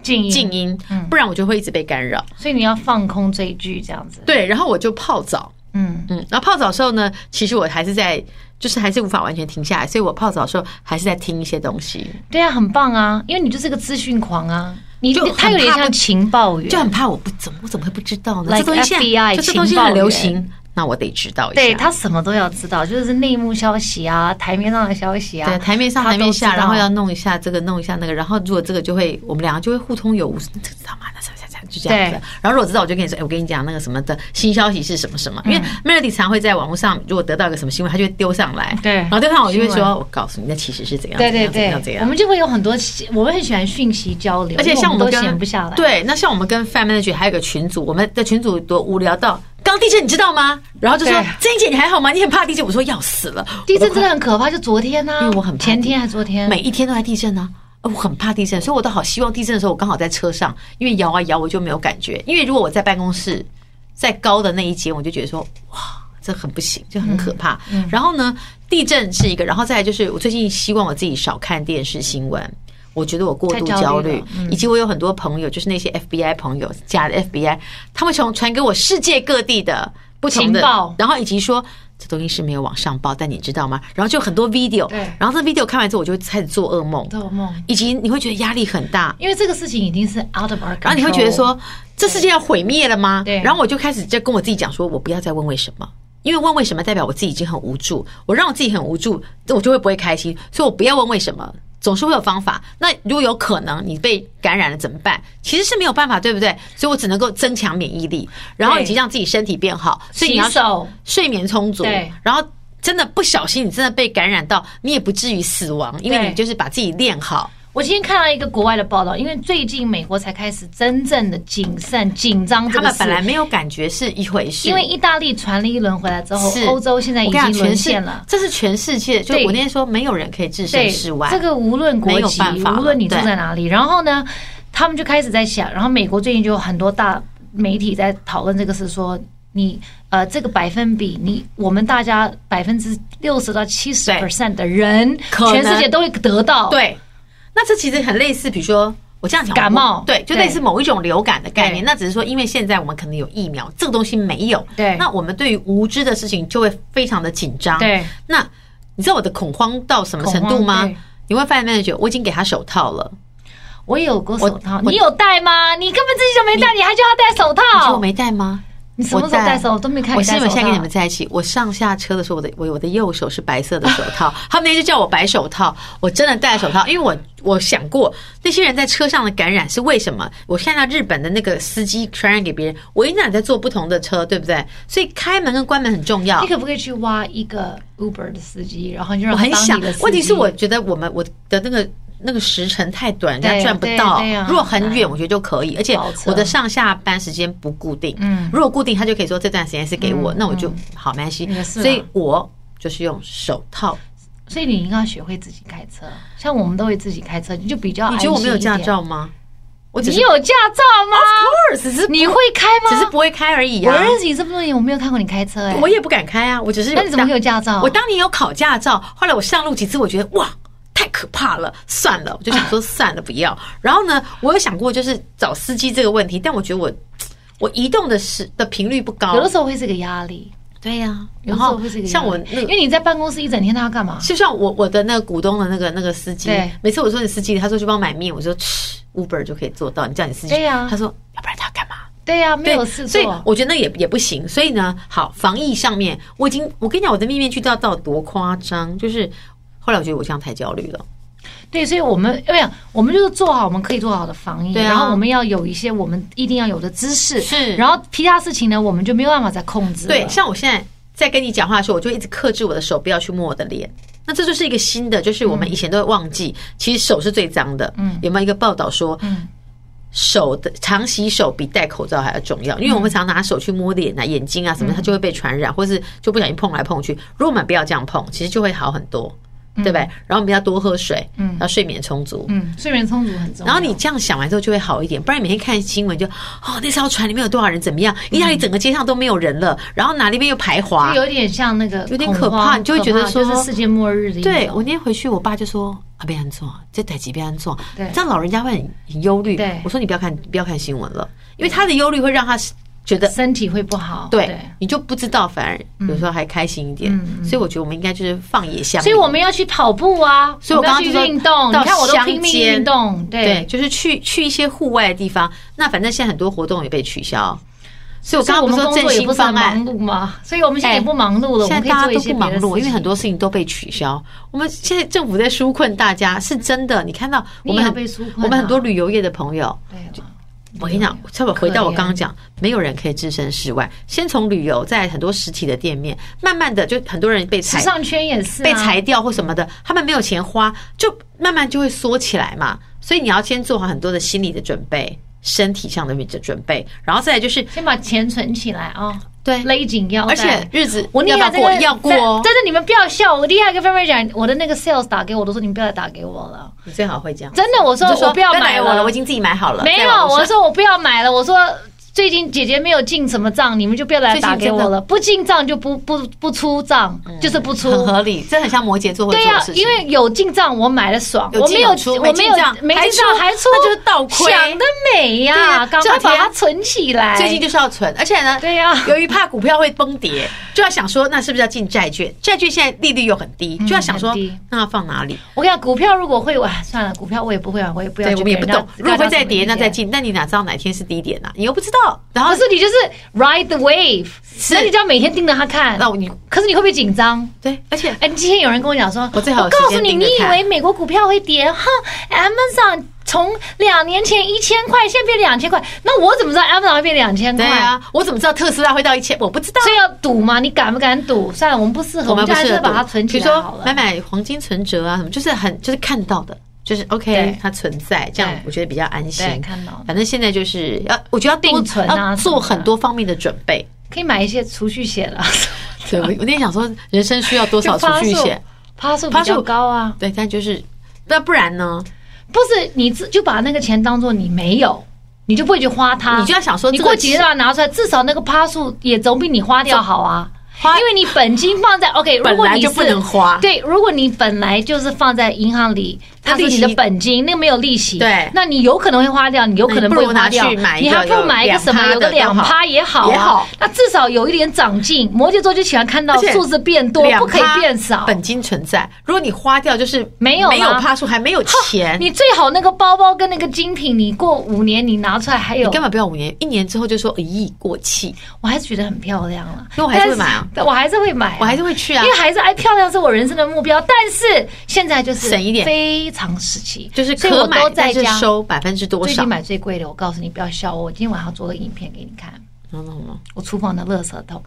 [SPEAKER 2] 静音
[SPEAKER 1] 静音，
[SPEAKER 2] 嗯
[SPEAKER 1] 不然我就会一直被干扰。
[SPEAKER 2] 所以你要放空追剧这样子。
[SPEAKER 1] 对，然后我就泡澡，
[SPEAKER 2] 嗯，
[SPEAKER 1] 嗯，然后泡澡的时候呢，其实我还是在，就是还是无法完全停下来，所以我泡澡的时候还是在听一些东西，
[SPEAKER 2] 对啊，很棒啊，因为你就是个资讯狂啊，你
[SPEAKER 1] 就很
[SPEAKER 2] 他有点
[SPEAKER 1] 怕不
[SPEAKER 2] 像情报员，
[SPEAKER 1] 就很怕我不怎么我怎么会不知道呢？
[SPEAKER 2] Like
[SPEAKER 1] 这东西现
[SPEAKER 2] FBI
[SPEAKER 1] 在就这东西很流行，那我得知道一下。
[SPEAKER 2] 对他什么都要知道，就是内幕消息啊，台面上的消息啊，
[SPEAKER 1] 对，台面上
[SPEAKER 2] 他都
[SPEAKER 1] 台面
[SPEAKER 2] 知
[SPEAKER 1] 下，
[SPEAKER 2] 道
[SPEAKER 1] 然后要弄一下这个，弄一下那个，然后如果这个就会，我们两个就会互通有无，这个知道吗？那啥啥啥，就这样子
[SPEAKER 2] 对。
[SPEAKER 1] 然后如果知道，我就跟你说，哎，我跟你讲那个什么的新消息是什么什么，因
[SPEAKER 2] 嗯
[SPEAKER 1] 为 Melody 常会在网络上，如果得到一个什么新闻，他就会丢上来，
[SPEAKER 2] 对
[SPEAKER 1] 然后丢上来我就会
[SPEAKER 2] 新闻
[SPEAKER 1] 说，我告诉你，那其实是怎样，
[SPEAKER 2] 对
[SPEAKER 1] 怎
[SPEAKER 2] 对
[SPEAKER 1] 样，怎
[SPEAKER 2] 对
[SPEAKER 1] 样，怎，
[SPEAKER 2] 我
[SPEAKER 1] 样。
[SPEAKER 2] 们就会有很多，我们很喜欢讯息交流，
[SPEAKER 1] 而且
[SPEAKER 2] 因为
[SPEAKER 1] 像
[SPEAKER 2] 我
[SPEAKER 1] 我
[SPEAKER 2] 们
[SPEAKER 1] 们
[SPEAKER 2] 都
[SPEAKER 1] 跟
[SPEAKER 2] 闲不下来，
[SPEAKER 1] 对，那像我们跟 Fan Manager 还有个群组，我们的群组多无聊到。刚地震你知道吗？然后就说
[SPEAKER 2] 对
[SPEAKER 1] 珍姐你还好吗？你很怕地震，我说要死了，
[SPEAKER 2] 地
[SPEAKER 1] 我
[SPEAKER 2] 震
[SPEAKER 1] 都快
[SPEAKER 2] 真的很可怕，就昨天呢、
[SPEAKER 1] 因为我很怕
[SPEAKER 2] 前天还昨天，
[SPEAKER 1] 每一天都在地震呢、呃我很怕地震，所以我都好希望地震的时候，我刚好在车上，因为摇啊摇，我就没有感觉。因为如果我在办公室，在高的那一间，我就觉得说，哇，这很不行，就很可怕。
[SPEAKER 2] 嗯
[SPEAKER 1] 然后呢，地震是一个，然后再来就是，我最近希望我自己少看电视新闻。我觉得我过度
[SPEAKER 2] 太焦
[SPEAKER 1] 焦
[SPEAKER 2] 虑了嗯
[SPEAKER 1] 虑，以及我有很多朋友，就是那些 FBI 朋友，假的 FBI，他们从传给我世界各地的不同的
[SPEAKER 2] 情报
[SPEAKER 1] 然后以及说这东西是没有往上报，但你知道吗？然后就很多 video，
[SPEAKER 2] 对
[SPEAKER 1] 然后这 video 看完之后，我就会开始做噩梦，
[SPEAKER 2] 做梦，
[SPEAKER 1] 以及你会觉得压力很大，
[SPEAKER 2] 因为这个事情已经是 out of our control，
[SPEAKER 1] 然后你会觉得说这世界要毁灭了吗？
[SPEAKER 2] 对
[SPEAKER 1] 然后我就开始就跟我自己讲说，我不要再问为什么。因为问为什么代表我自己已经很无助，我让我自己很无助，我就会不会开心，所以我不要问为什么，总是会有方法。那如果有可能你被感染了怎么办？其实是没有办法，对不对？所以我只能够增强免疫力，然后以及让自己身体变好。所以你
[SPEAKER 2] 洗
[SPEAKER 1] 要
[SPEAKER 2] 手，
[SPEAKER 1] 睡眠充足
[SPEAKER 2] 对，
[SPEAKER 1] 然后真的不小心你真的被感染到，你也不至于死亡，因为
[SPEAKER 2] 对
[SPEAKER 1] 你就是把自己练好。
[SPEAKER 2] 我今天看到一个国外的报道，因为最近美国才开始真正的谨慎、紧张这
[SPEAKER 1] 他
[SPEAKER 2] 个
[SPEAKER 1] 们
[SPEAKER 2] 事
[SPEAKER 1] 本来没有感觉是一回事，
[SPEAKER 2] 因为意大利传了一轮回来之后，
[SPEAKER 1] 是
[SPEAKER 2] 哦欧洲现在已
[SPEAKER 1] 我跟你
[SPEAKER 2] 经
[SPEAKER 1] 讲
[SPEAKER 2] 沦
[SPEAKER 1] 全世
[SPEAKER 2] 陷了。
[SPEAKER 1] 这是全世界。就
[SPEAKER 2] 对
[SPEAKER 1] 我那天说，没有人可以置身
[SPEAKER 2] 对，
[SPEAKER 1] 事外。
[SPEAKER 2] 这个无论国
[SPEAKER 1] 没有
[SPEAKER 2] 籍，
[SPEAKER 1] 办法了
[SPEAKER 2] 无论你住
[SPEAKER 1] 对
[SPEAKER 2] 在哪里，然后呢，他们就开始在想，然后美国最近就有很多大媒体在讨论这个是说。你呃，这个百分比，你我们大家百分之六十到七十 percent 的人，
[SPEAKER 1] 可
[SPEAKER 2] 全世
[SPEAKER 1] 能
[SPEAKER 2] 界都会得到。
[SPEAKER 1] 对，哦那这其实很类似，比如说。我这样讲，
[SPEAKER 2] 感冒
[SPEAKER 1] 我对，就
[SPEAKER 2] 对
[SPEAKER 1] 类似某一种流感的概念。
[SPEAKER 2] 对
[SPEAKER 1] 那只是说，因为现在我们可能有疫苗，这个东西没有。
[SPEAKER 2] 对
[SPEAKER 1] 那我们对于无知的事情就会非常的紧张。
[SPEAKER 2] 对，
[SPEAKER 1] 那你知道我的恐慌到什么程度
[SPEAKER 2] 恐慌
[SPEAKER 1] 吗
[SPEAKER 2] 对？
[SPEAKER 1] 你会发现 manager，我已经给他手套了，
[SPEAKER 2] 我有过手套，
[SPEAKER 1] 我
[SPEAKER 2] 你有戴吗？你根本自己就没戴，你还叫他戴手
[SPEAKER 1] 你说我
[SPEAKER 2] 套？
[SPEAKER 1] 没戴吗？
[SPEAKER 2] 你什么时候
[SPEAKER 1] 我戴
[SPEAKER 2] 戴手？我都没看
[SPEAKER 1] 我
[SPEAKER 2] 你
[SPEAKER 1] 是
[SPEAKER 2] 戴
[SPEAKER 1] 因
[SPEAKER 2] 手
[SPEAKER 1] 为现在跟你
[SPEAKER 2] 套啊
[SPEAKER 1] 们。在一起，我上下车的时候，我的我我的右手是白色的手套， 他们那天就叫我白手套，我真的戴了手套，因为我我想过那些人在车上的感染是为什么？我看到日本的那个司机传染给别人，我一直在坐不同的车，对不对？所以开门跟关门很重要
[SPEAKER 2] 你。可不可以去挖一个 Uber 的司机，然后你就
[SPEAKER 1] 我
[SPEAKER 2] 让他
[SPEAKER 1] 很
[SPEAKER 2] 当
[SPEAKER 1] 想
[SPEAKER 2] 你的司，机？
[SPEAKER 1] 问题是我觉得我们我的那个。那个时辰太短，人
[SPEAKER 2] 对
[SPEAKER 1] 家赚不到
[SPEAKER 2] 对对啊。
[SPEAKER 1] 如果很远，我觉得就可以。而且
[SPEAKER 2] 好扯
[SPEAKER 1] 我的上下班时间不固定，
[SPEAKER 2] 嗯
[SPEAKER 1] 如果固定，他就可以说这段时间是给我，那我就好没关系
[SPEAKER 2] 也。是啊
[SPEAKER 1] 所以我就是用手套。
[SPEAKER 2] 所以你应该要学会自己开车，像我们都会自己开车，你就比较。
[SPEAKER 1] 你觉得我没有驾？照吗？我只
[SPEAKER 2] 你
[SPEAKER 1] 是
[SPEAKER 2] 有驾照吗？
[SPEAKER 1] 偶尔只是
[SPEAKER 2] 你会开吗？
[SPEAKER 1] 只是不会开而已
[SPEAKER 2] 我
[SPEAKER 1] 啊。
[SPEAKER 2] 认识你这么多年，我没有看过你开车哎、
[SPEAKER 1] 我也不敢开啊，我只是有
[SPEAKER 2] 那你怎么
[SPEAKER 1] 当
[SPEAKER 2] 会有驾照？
[SPEAKER 1] 我当年有考驾照，后来我上路几次，我觉得哇。太可怕了，算了，我就想说算了，不要。然后呢，我有想过就是找司机这个问题，但我觉得我我移动的时的频率不高
[SPEAKER 2] 有。的时候会是个压力，
[SPEAKER 1] 对呀、
[SPEAKER 2] 有
[SPEAKER 1] 然
[SPEAKER 2] 的时候
[SPEAKER 1] 后
[SPEAKER 2] 会是个压力
[SPEAKER 1] 像我那
[SPEAKER 2] 因
[SPEAKER 1] 个，
[SPEAKER 2] 为你在办公室一整天，他要干嘛？
[SPEAKER 1] 就像我我的那个股东的那个那个司机
[SPEAKER 2] 对，
[SPEAKER 1] 每次我说你司机，他说去帮我买面，我说吃 Uber 就可以做到，你叫你司机，
[SPEAKER 2] 对呀
[SPEAKER 1] 他说要不然他干嘛？
[SPEAKER 2] 对呀、没
[SPEAKER 1] 对，
[SPEAKER 2] 有事
[SPEAKER 1] 所以
[SPEAKER 2] 做。
[SPEAKER 1] 我觉得那也也不行。所以呢，好，防疫上面，我已经我跟你讲，我的面面俱到到多夸张，就是后来我觉得我这样太焦虑了。
[SPEAKER 2] 对，所以我们因为我们就是做好我们可以做好的防疫，
[SPEAKER 1] 对啊
[SPEAKER 2] 然后我们要有一些我们一定要有的知识，
[SPEAKER 1] 是
[SPEAKER 2] 然后其他事情呢，我们就没有办法再控制了。
[SPEAKER 1] 对，像我现在在跟你讲话的时候，我就一直克制我的手，不要去摸我的脸。那这就是一个新的，就是我们以前都会忘记，其实手是最脏的。嗯，有没有一个报道说，
[SPEAKER 2] 嗯
[SPEAKER 1] 手的常洗手比戴口罩还要重要？因为我们常拿手去摸脸啊、眼睛啊什么，它就会被传染，或是就不小心碰来碰去。如果我们不要这样碰，其实就会好很多，对不对？然后我们要多喝水，嗯，然后睡眠充足，
[SPEAKER 2] 嗯，睡眠充足很重要。
[SPEAKER 1] 然后你这样想完之后就会好一点，不然每天看新闻就哦，那艘船里面有多少人怎么样？意大利整个街上都没有人了，然后哪里边又排华
[SPEAKER 2] 嗯就，有点像那个
[SPEAKER 1] 啊有点
[SPEAKER 2] 恐
[SPEAKER 1] 可怕
[SPEAKER 2] 慌
[SPEAKER 1] 你就会觉得
[SPEAKER 2] 可怕就是
[SPEAKER 1] 说
[SPEAKER 2] 世界末日的一种
[SPEAKER 1] 对我那天回去，我爸就说啊，别安坐，这逮鸡别安坐
[SPEAKER 2] 对，
[SPEAKER 1] 这样老人家会很很忧虑
[SPEAKER 2] 对。
[SPEAKER 1] 我说你不要看不要看新闻了，因为他的忧虑会让他觉得。
[SPEAKER 2] 身体会不好。
[SPEAKER 1] 对，你就不知道，反而有时候还开心一点，所以我觉得我们应该就是放野下。
[SPEAKER 2] 嗯所以我们要去跑步啊，
[SPEAKER 1] 所以我刚刚就
[SPEAKER 2] 们要
[SPEAKER 1] 说
[SPEAKER 2] 去运动。你
[SPEAKER 1] 到
[SPEAKER 2] 看我都
[SPEAKER 1] 乡
[SPEAKER 2] 拼命
[SPEAKER 1] 间
[SPEAKER 2] 运动，
[SPEAKER 1] 对，就是去去一些户外的地方。那反正现在很多活动也被取消，所以我刚
[SPEAKER 2] 所以
[SPEAKER 1] 刚
[SPEAKER 2] 我
[SPEAKER 1] 不
[SPEAKER 2] 们
[SPEAKER 1] 是说
[SPEAKER 2] 工
[SPEAKER 1] 振
[SPEAKER 2] 作也
[SPEAKER 1] 兴
[SPEAKER 2] 不是很
[SPEAKER 1] 方案哎
[SPEAKER 2] 忙，碌嘛，所以我们现在也不忙碌了，我
[SPEAKER 1] 现
[SPEAKER 2] 们可
[SPEAKER 1] 在
[SPEAKER 2] 以
[SPEAKER 1] 大
[SPEAKER 2] 做
[SPEAKER 1] 家
[SPEAKER 2] 一
[SPEAKER 1] 都
[SPEAKER 2] 些
[SPEAKER 1] 不
[SPEAKER 2] 别
[SPEAKER 1] 忙
[SPEAKER 2] 的事
[SPEAKER 1] 碌，因为
[SPEAKER 2] 情
[SPEAKER 1] 很。多事情都被取消。我们现在政府在纾困大家，是真的。你看到我
[SPEAKER 2] 你也
[SPEAKER 1] 们
[SPEAKER 2] 要
[SPEAKER 1] 很
[SPEAKER 2] 被纾困啊
[SPEAKER 1] 我们很多旅游业的朋友，
[SPEAKER 2] 对啊
[SPEAKER 1] 我跟你讲，差不多回到我刚刚讲，没有人可以置身事外。先从旅游，在很多实体的店面，慢慢的就很多人被
[SPEAKER 2] 时
[SPEAKER 1] 裁
[SPEAKER 2] 尚圈也是啊
[SPEAKER 1] 被裁掉或什么的，他们没有钱花，就慢慢就会缩起来嘛。所以你要先做好很多的心理的准备，身体上的准备，然后再来就是
[SPEAKER 2] 先把钱存起来啊、
[SPEAKER 1] 对
[SPEAKER 2] 勒紧腰带，
[SPEAKER 1] 而且日子
[SPEAKER 2] 我厉害
[SPEAKER 1] 要不
[SPEAKER 2] 这
[SPEAKER 1] 要过
[SPEAKER 2] 个
[SPEAKER 1] 要过
[SPEAKER 2] 真
[SPEAKER 1] 哦
[SPEAKER 2] 真的你们不要笑，我厉害跟菲菲讲，我的那个 sales 打给我，我都说你们不要再打给我了，
[SPEAKER 1] 你最好会这样。
[SPEAKER 2] 真的，我说
[SPEAKER 1] 你就说
[SPEAKER 2] 我不要买
[SPEAKER 1] 我
[SPEAKER 2] 了，
[SPEAKER 1] 我已经自己买好了。
[SPEAKER 2] 没
[SPEAKER 1] 在
[SPEAKER 2] 有，
[SPEAKER 1] 网络
[SPEAKER 2] 我
[SPEAKER 1] 上
[SPEAKER 2] 说我不要买了，我说。最近姐姐没有进什么账，你们就不要来打给我了。不进账就不不不出账，就是不出。
[SPEAKER 1] 嗯很合理，这很像摩羯座会
[SPEAKER 2] 对
[SPEAKER 1] 做
[SPEAKER 2] 呀、
[SPEAKER 1] 的事情。
[SPEAKER 2] 因为有进账我买了爽，
[SPEAKER 1] 有
[SPEAKER 2] 我
[SPEAKER 1] 进
[SPEAKER 2] 没有
[SPEAKER 1] 有出
[SPEAKER 2] 我
[SPEAKER 1] 没
[SPEAKER 2] 没
[SPEAKER 1] 进
[SPEAKER 2] 有
[SPEAKER 1] 账
[SPEAKER 2] 没
[SPEAKER 1] 还
[SPEAKER 2] 进账
[SPEAKER 1] 出
[SPEAKER 2] 还出，
[SPEAKER 1] 那就是倒亏
[SPEAKER 2] 想得美
[SPEAKER 1] 对
[SPEAKER 2] 呀、
[SPEAKER 1] 呀
[SPEAKER 2] 赶
[SPEAKER 1] 这
[SPEAKER 2] 快
[SPEAKER 1] 两
[SPEAKER 2] 把它
[SPEAKER 1] 天
[SPEAKER 2] 存起来。
[SPEAKER 1] 最近就是要存，而且呢，
[SPEAKER 2] 哎对呀
[SPEAKER 1] 由于怕股票会崩跌，就要想说，那是不是要进债券？债券现在利率又很低，就要想说
[SPEAKER 2] 嗯很低，
[SPEAKER 1] 那要放哪里？
[SPEAKER 2] 我跟你讲，股票如果会玩，算了，股票我也不会玩，我也不要
[SPEAKER 1] 对，
[SPEAKER 2] 去
[SPEAKER 1] 我们也不
[SPEAKER 2] 给人家
[SPEAKER 1] 懂。如果会再跌，
[SPEAKER 2] 给人家
[SPEAKER 1] 那
[SPEAKER 2] 什么
[SPEAKER 1] 再
[SPEAKER 2] 意见。
[SPEAKER 1] 进。但你哪知道哪天是低点呢？啊你又不知道。然后
[SPEAKER 2] 可，是你就是 ride the wave，那你就要每天盯着它看。
[SPEAKER 1] 那我你
[SPEAKER 2] 可是你会不会紧张？
[SPEAKER 1] 对，而且
[SPEAKER 2] 哎，今天有人跟我讲说，
[SPEAKER 1] 我最好有时
[SPEAKER 2] 告
[SPEAKER 1] 间
[SPEAKER 2] 诉你，
[SPEAKER 1] 盯着
[SPEAKER 2] 你以
[SPEAKER 1] 看
[SPEAKER 2] 为美国股票会跌？哼，Amazon 从两年前一千块，现在变两千块，那我怎么知道 Amazon 会变两千
[SPEAKER 1] 对
[SPEAKER 2] 块？
[SPEAKER 1] 啊，我怎么知道特斯拉会到一千？我不知道。
[SPEAKER 2] 所以要赌嘛？你敢不敢赌？算了，我们不适合，
[SPEAKER 1] 我们
[SPEAKER 2] 就
[SPEAKER 1] 不
[SPEAKER 2] 还
[SPEAKER 1] 适
[SPEAKER 2] 是
[SPEAKER 1] 合
[SPEAKER 2] 把它
[SPEAKER 1] 赌
[SPEAKER 2] 存起
[SPEAKER 1] 比如
[SPEAKER 2] 来好
[SPEAKER 1] 说买
[SPEAKER 2] 了。
[SPEAKER 1] 买黄金存折啊，什么就是很就是看到的，就是 OK，
[SPEAKER 2] 对
[SPEAKER 1] 它存在，这样
[SPEAKER 2] 对
[SPEAKER 1] 我觉得比较安
[SPEAKER 2] 对
[SPEAKER 1] 心。
[SPEAKER 2] 看到
[SPEAKER 1] 反正现在就是要，我觉得要多
[SPEAKER 2] 定存啊
[SPEAKER 1] 要
[SPEAKER 2] 什么
[SPEAKER 1] 做
[SPEAKER 2] 的
[SPEAKER 1] 很多方面的准备。
[SPEAKER 2] 可以买一些储蓄险啊了，
[SPEAKER 1] 对，我我那天想说，人生需要多
[SPEAKER 2] 就
[SPEAKER 1] 少储
[SPEAKER 2] 趴
[SPEAKER 1] 蓄
[SPEAKER 2] 数
[SPEAKER 1] 险？，
[SPEAKER 2] 趴数比
[SPEAKER 1] 趴
[SPEAKER 2] 较
[SPEAKER 1] 数
[SPEAKER 2] 高啊。
[SPEAKER 1] 对，但就是那不然呢？
[SPEAKER 2] 不是你自就把那个钱当做你没有，你就不会去花它。
[SPEAKER 1] 你就要想说
[SPEAKER 2] 你
[SPEAKER 1] 这个
[SPEAKER 2] 过几天把它拿出来，至少那个趴数也总比你花掉好啊。
[SPEAKER 1] 花
[SPEAKER 2] 因为你本金放 在 OK，如
[SPEAKER 1] 本
[SPEAKER 2] 果
[SPEAKER 1] 来
[SPEAKER 2] 你是
[SPEAKER 1] 就不能花
[SPEAKER 2] 对，如果你本来就是放在银行里，它
[SPEAKER 1] 那
[SPEAKER 2] 是
[SPEAKER 1] 利
[SPEAKER 2] 你
[SPEAKER 1] 息
[SPEAKER 2] 的本金，那个没有利息，
[SPEAKER 1] 对
[SPEAKER 2] 那你有可能会花掉，你有可能不
[SPEAKER 1] 那你不
[SPEAKER 2] 会
[SPEAKER 1] 如
[SPEAKER 2] 花掉
[SPEAKER 1] 拿去，买一
[SPEAKER 2] 你
[SPEAKER 1] 个
[SPEAKER 2] 还不如买一个
[SPEAKER 1] 有
[SPEAKER 2] 什么
[SPEAKER 1] 2%
[SPEAKER 2] 有个
[SPEAKER 1] 的都
[SPEAKER 2] 两
[SPEAKER 1] 好
[SPEAKER 2] 趴也好
[SPEAKER 1] 也
[SPEAKER 2] 啊
[SPEAKER 1] 好，
[SPEAKER 2] 那至少有一点长进。摩羯座就喜欢看到
[SPEAKER 1] 而且
[SPEAKER 2] 数字变多，
[SPEAKER 1] 两
[SPEAKER 2] 不可以
[SPEAKER 1] 趴
[SPEAKER 2] 变少。
[SPEAKER 1] 本金存在。如果你花掉，就是
[SPEAKER 2] 没有啦
[SPEAKER 1] 没有趴数，还没有 钱，
[SPEAKER 2] 你最好那个包包跟那个精品，你过五年你拿出来还有哎
[SPEAKER 1] 你，根本不要五年，一年之后就说哦一亿过气，
[SPEAKER 2] 我还是觉得很漂亮了。
[SPEAKER 1] 因为我还是会买啊
[SPEAKER 2] 但是我还是会买啊、
[SPEAKER 1] 我还是会去啊
[SPEAKER 2] 因为。还是爱漂亮是我人生的目标。但是现在就是
[SPEAKER 1] 省一点
[SPEAKER 2] 非常时期，
[SPEAKER 1] 就是
[SPEAKER 2] 所以我
[SPEAKER 1] 可买
[SPEAKER 2] 都，在
[SPEAKER 1] 但是
[SPEAKER 2] 家。
[SPEAKER 1] 收百分之多
[SPEAKER 2] 最
[SPEAKER 1] 少
[SPEAKER 2] 近？买最贵的，我告诉你，不要笑我。我今天晚上做个影片给你看，
[SPEAKER 1] 嗯嗯嗯
[SPEAKER 2] 我厨房的垃圾桶。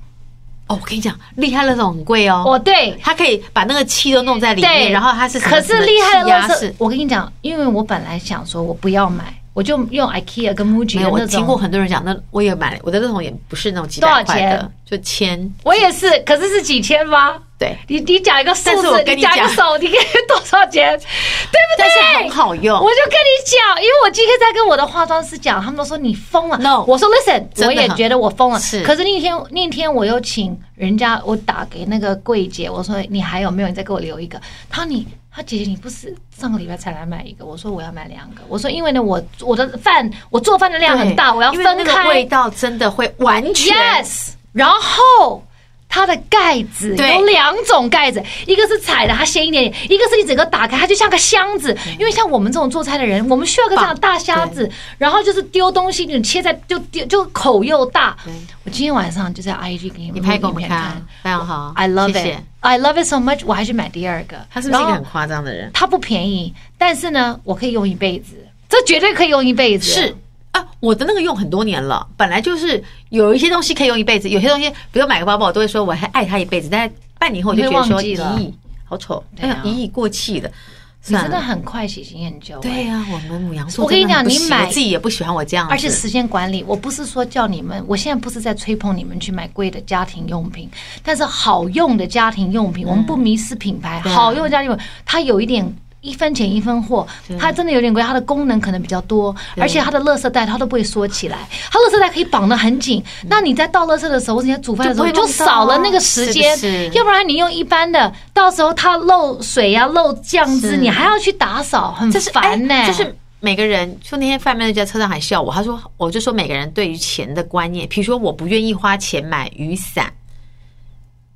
[SPEAKER 1] 哦，我跟你讲，厉害那种很贵哦。
[SPEAKER 2] 哦，对。
[SPEAKER 1] 它可以把那个气都弄在里
[SPEAKER 2] 对，
[SPEAKER 1] 面，然后它是什么
[SPEAKER 2] 可是厉害
[SPEAKER 1] 什么
[SPEAKER 2] 的
[SPEAKER 1] 气压
[SPEAKER 2] 垃圾
[SPEAKER 1] 式，
[SPEAKER 2] 我跟你讲，因为我本来想说我不要买，我就用 IKEA 跟 MUJI
[SPEAKER 1] 没
[SPEAKER 2] 的
[SPEAKER 1] 有，我
[SPEAKER 2] 那
[SPEAKER 1] 听过
[SPEAKER 2] 种。
[SPEAKER 1] 很多人讲，那我也买，我的那种也不是那种几
[SPEAKER 2] 多少
[SPEAKER 1] 百块的
[SPEAKER 2] 钱，
[SPEAKER 1] 就千
[SPEAKER 2] 我也是，可是是几千吗？
[SPEAKER 1] 对，
[SPEAKER 2] 你你讲一个数
[SPEAKER 1] 但是
[SPEAKER 2] 字
[SPEAKER 1] 我，跟
[SPEAKER 2] 你
[SPEAKER 1] 你
[SPEAKER 2] 讲一个
[SPEAKER 1] 讲
[SPEAKER 2] 手，你给多少钱，对不对？
[SPEAKER 1] 但是很好用
[SPEAKER 2] 我。就跟你讲，因为我今天在跟我的化妆师讲，他们都说你疯了。
[SPEAKER 1] No，
[SPEAKER 2] 我说 listen，
[SPEAKER 1] 真的
[SPEAKER 2] 我也
[SPEAKER 1] 很
[SPEAKER 2] 觉得我疯了。
[SPEAKER 1] 是
[SPEAKER 2] 可是那天那天我又请人家，我打给那个柜姐，我说你还有没有？你再给我留一个。她说你。她姐姐，你不是上个礼拜才来买一个？我说我要买两个。我说因为呢，我我的饭我做饭的量很大，
[SPEAKER 1] 对
[SPEAKER 2] 我要
[SPEAKER 1] 因
[SPEAKER 2] 分
[SPEAKER 1] 为
[SPEAKER 2] 开。
[SPEAKER 1] 那个味道真的会完全
[SPEAKER 2] Yes，然后。它的盖子
[SPEAKER 1] 对
[SPEAKER 2] 有两种盖子，一个是踩的，它掀一点点；一个是你整个打开，它就像个箱子。因为像我们这种做菜的人，我们需要个这样的大箱子，然后就是丢东西，你切在就丢，就口又大
[SPEAKER 1] 对。
[SPEAKER 2] 我今天晚上就在 IG 给你
[SPEAKER 1] 你
[SPEAKER 2] 们
[SPEAKER 1] 拍给我
[SPEAKER 2] 录
[SPEAKER 1] 们
[SPEAKER 2] 影片
[SPEAKER 1] 看，非常好
[SPEAKER 2] I love
[SPEAKER 1] 谢谢
[SPEAKER 2] it, I love it so much。我还去买第二个，
[SPEAKER 1] 他是不是一个
[SPEAKER 2] 然
[SPEAKER 1] 很
[SPEAKER 2] 后
[SPEAKER 1] 夸张的人？
[SPEAKER 2] 它不便宜，但是呢，我可以用一辈子，这绝对可以用一辈子。
[SPEAKER 1] 是啊，我的那个用很多年了，本来就是有一些东西可以用一辈子，有些东西，比如买个包包，我都会说我还爱它一辈子，但是半年后我就觉得
[SPEAKER 2] 你会
[SPEAKER 1] 说
[SPEAKER 2] 忘记
[SPEAKER 1] 一
[SPEAKER 2] 了
[SPEAKER 1] 亿好丑，
[SPEAKER 2] 对
[SPEAKER 1] 哎
[SPEAKER 2] 啊
[SPEAKER 1] 呀，一亿过气了，
[SPEAKER 2] 你真
[SPEAKER 1] 算
[SPEAKER 2] 的
[SPEAKER 1] 了。
[SPEAKER 2] 很快喜新厌旧、哎
[SPEAKER 1] 对呀、我们母羊座
[SPEAKER 2] 我跟你
[SPEAKER 1] 真的很
[SPEAKER 2] 讲
[SPEAKER 1] 不
[SPEAKER 2] 你
[SPEAKER 1] 喜
[SPEAKER 2] 买
[SPEAKER 1] 我自己也不喜欢我这样子，
[SPEAKER 2] 而且时间管理，我不是说叫你们，我现在不是在吹捧你们去买贵的家庭用品，但是好用的家庭用品，我们不迷失品牌，
[SPEAKER 1] 嗯对啊
[SPEAKER 2] 好用的家庭用品，它有一点。一分钱一分货，它真的有点贵，它的功能可能比较多，而且它的垃圾袋它都不会缩起来，它垃圾袋可以绑得很紧。那你在倒垃圾的时候，或者你在煮饭的时候，
[SPEAKER 1] 嗯就不
[SPEAKER 2] 就
[SPEAKER 1] 会弄到啊
[SPEAKER 2] 少了那个时间
[SPEAKER 1] 是的，是
[SPEAKER 2] 要不然你用一般的，到时候它漏水呀、漏酱汁，
[SPEAKER 1] 是
[SPEAKER 2] 你还要去打扫，嗯很
[SPEAKER 1] 这是
[SPEAKER 2] 烦呢、
[SPEAKER 1] 哎就是每个人，就那天贩卖就在车上还笑我，他说，我就说每个人对于钱的观念，比如说我不愿意花钱买雨伞，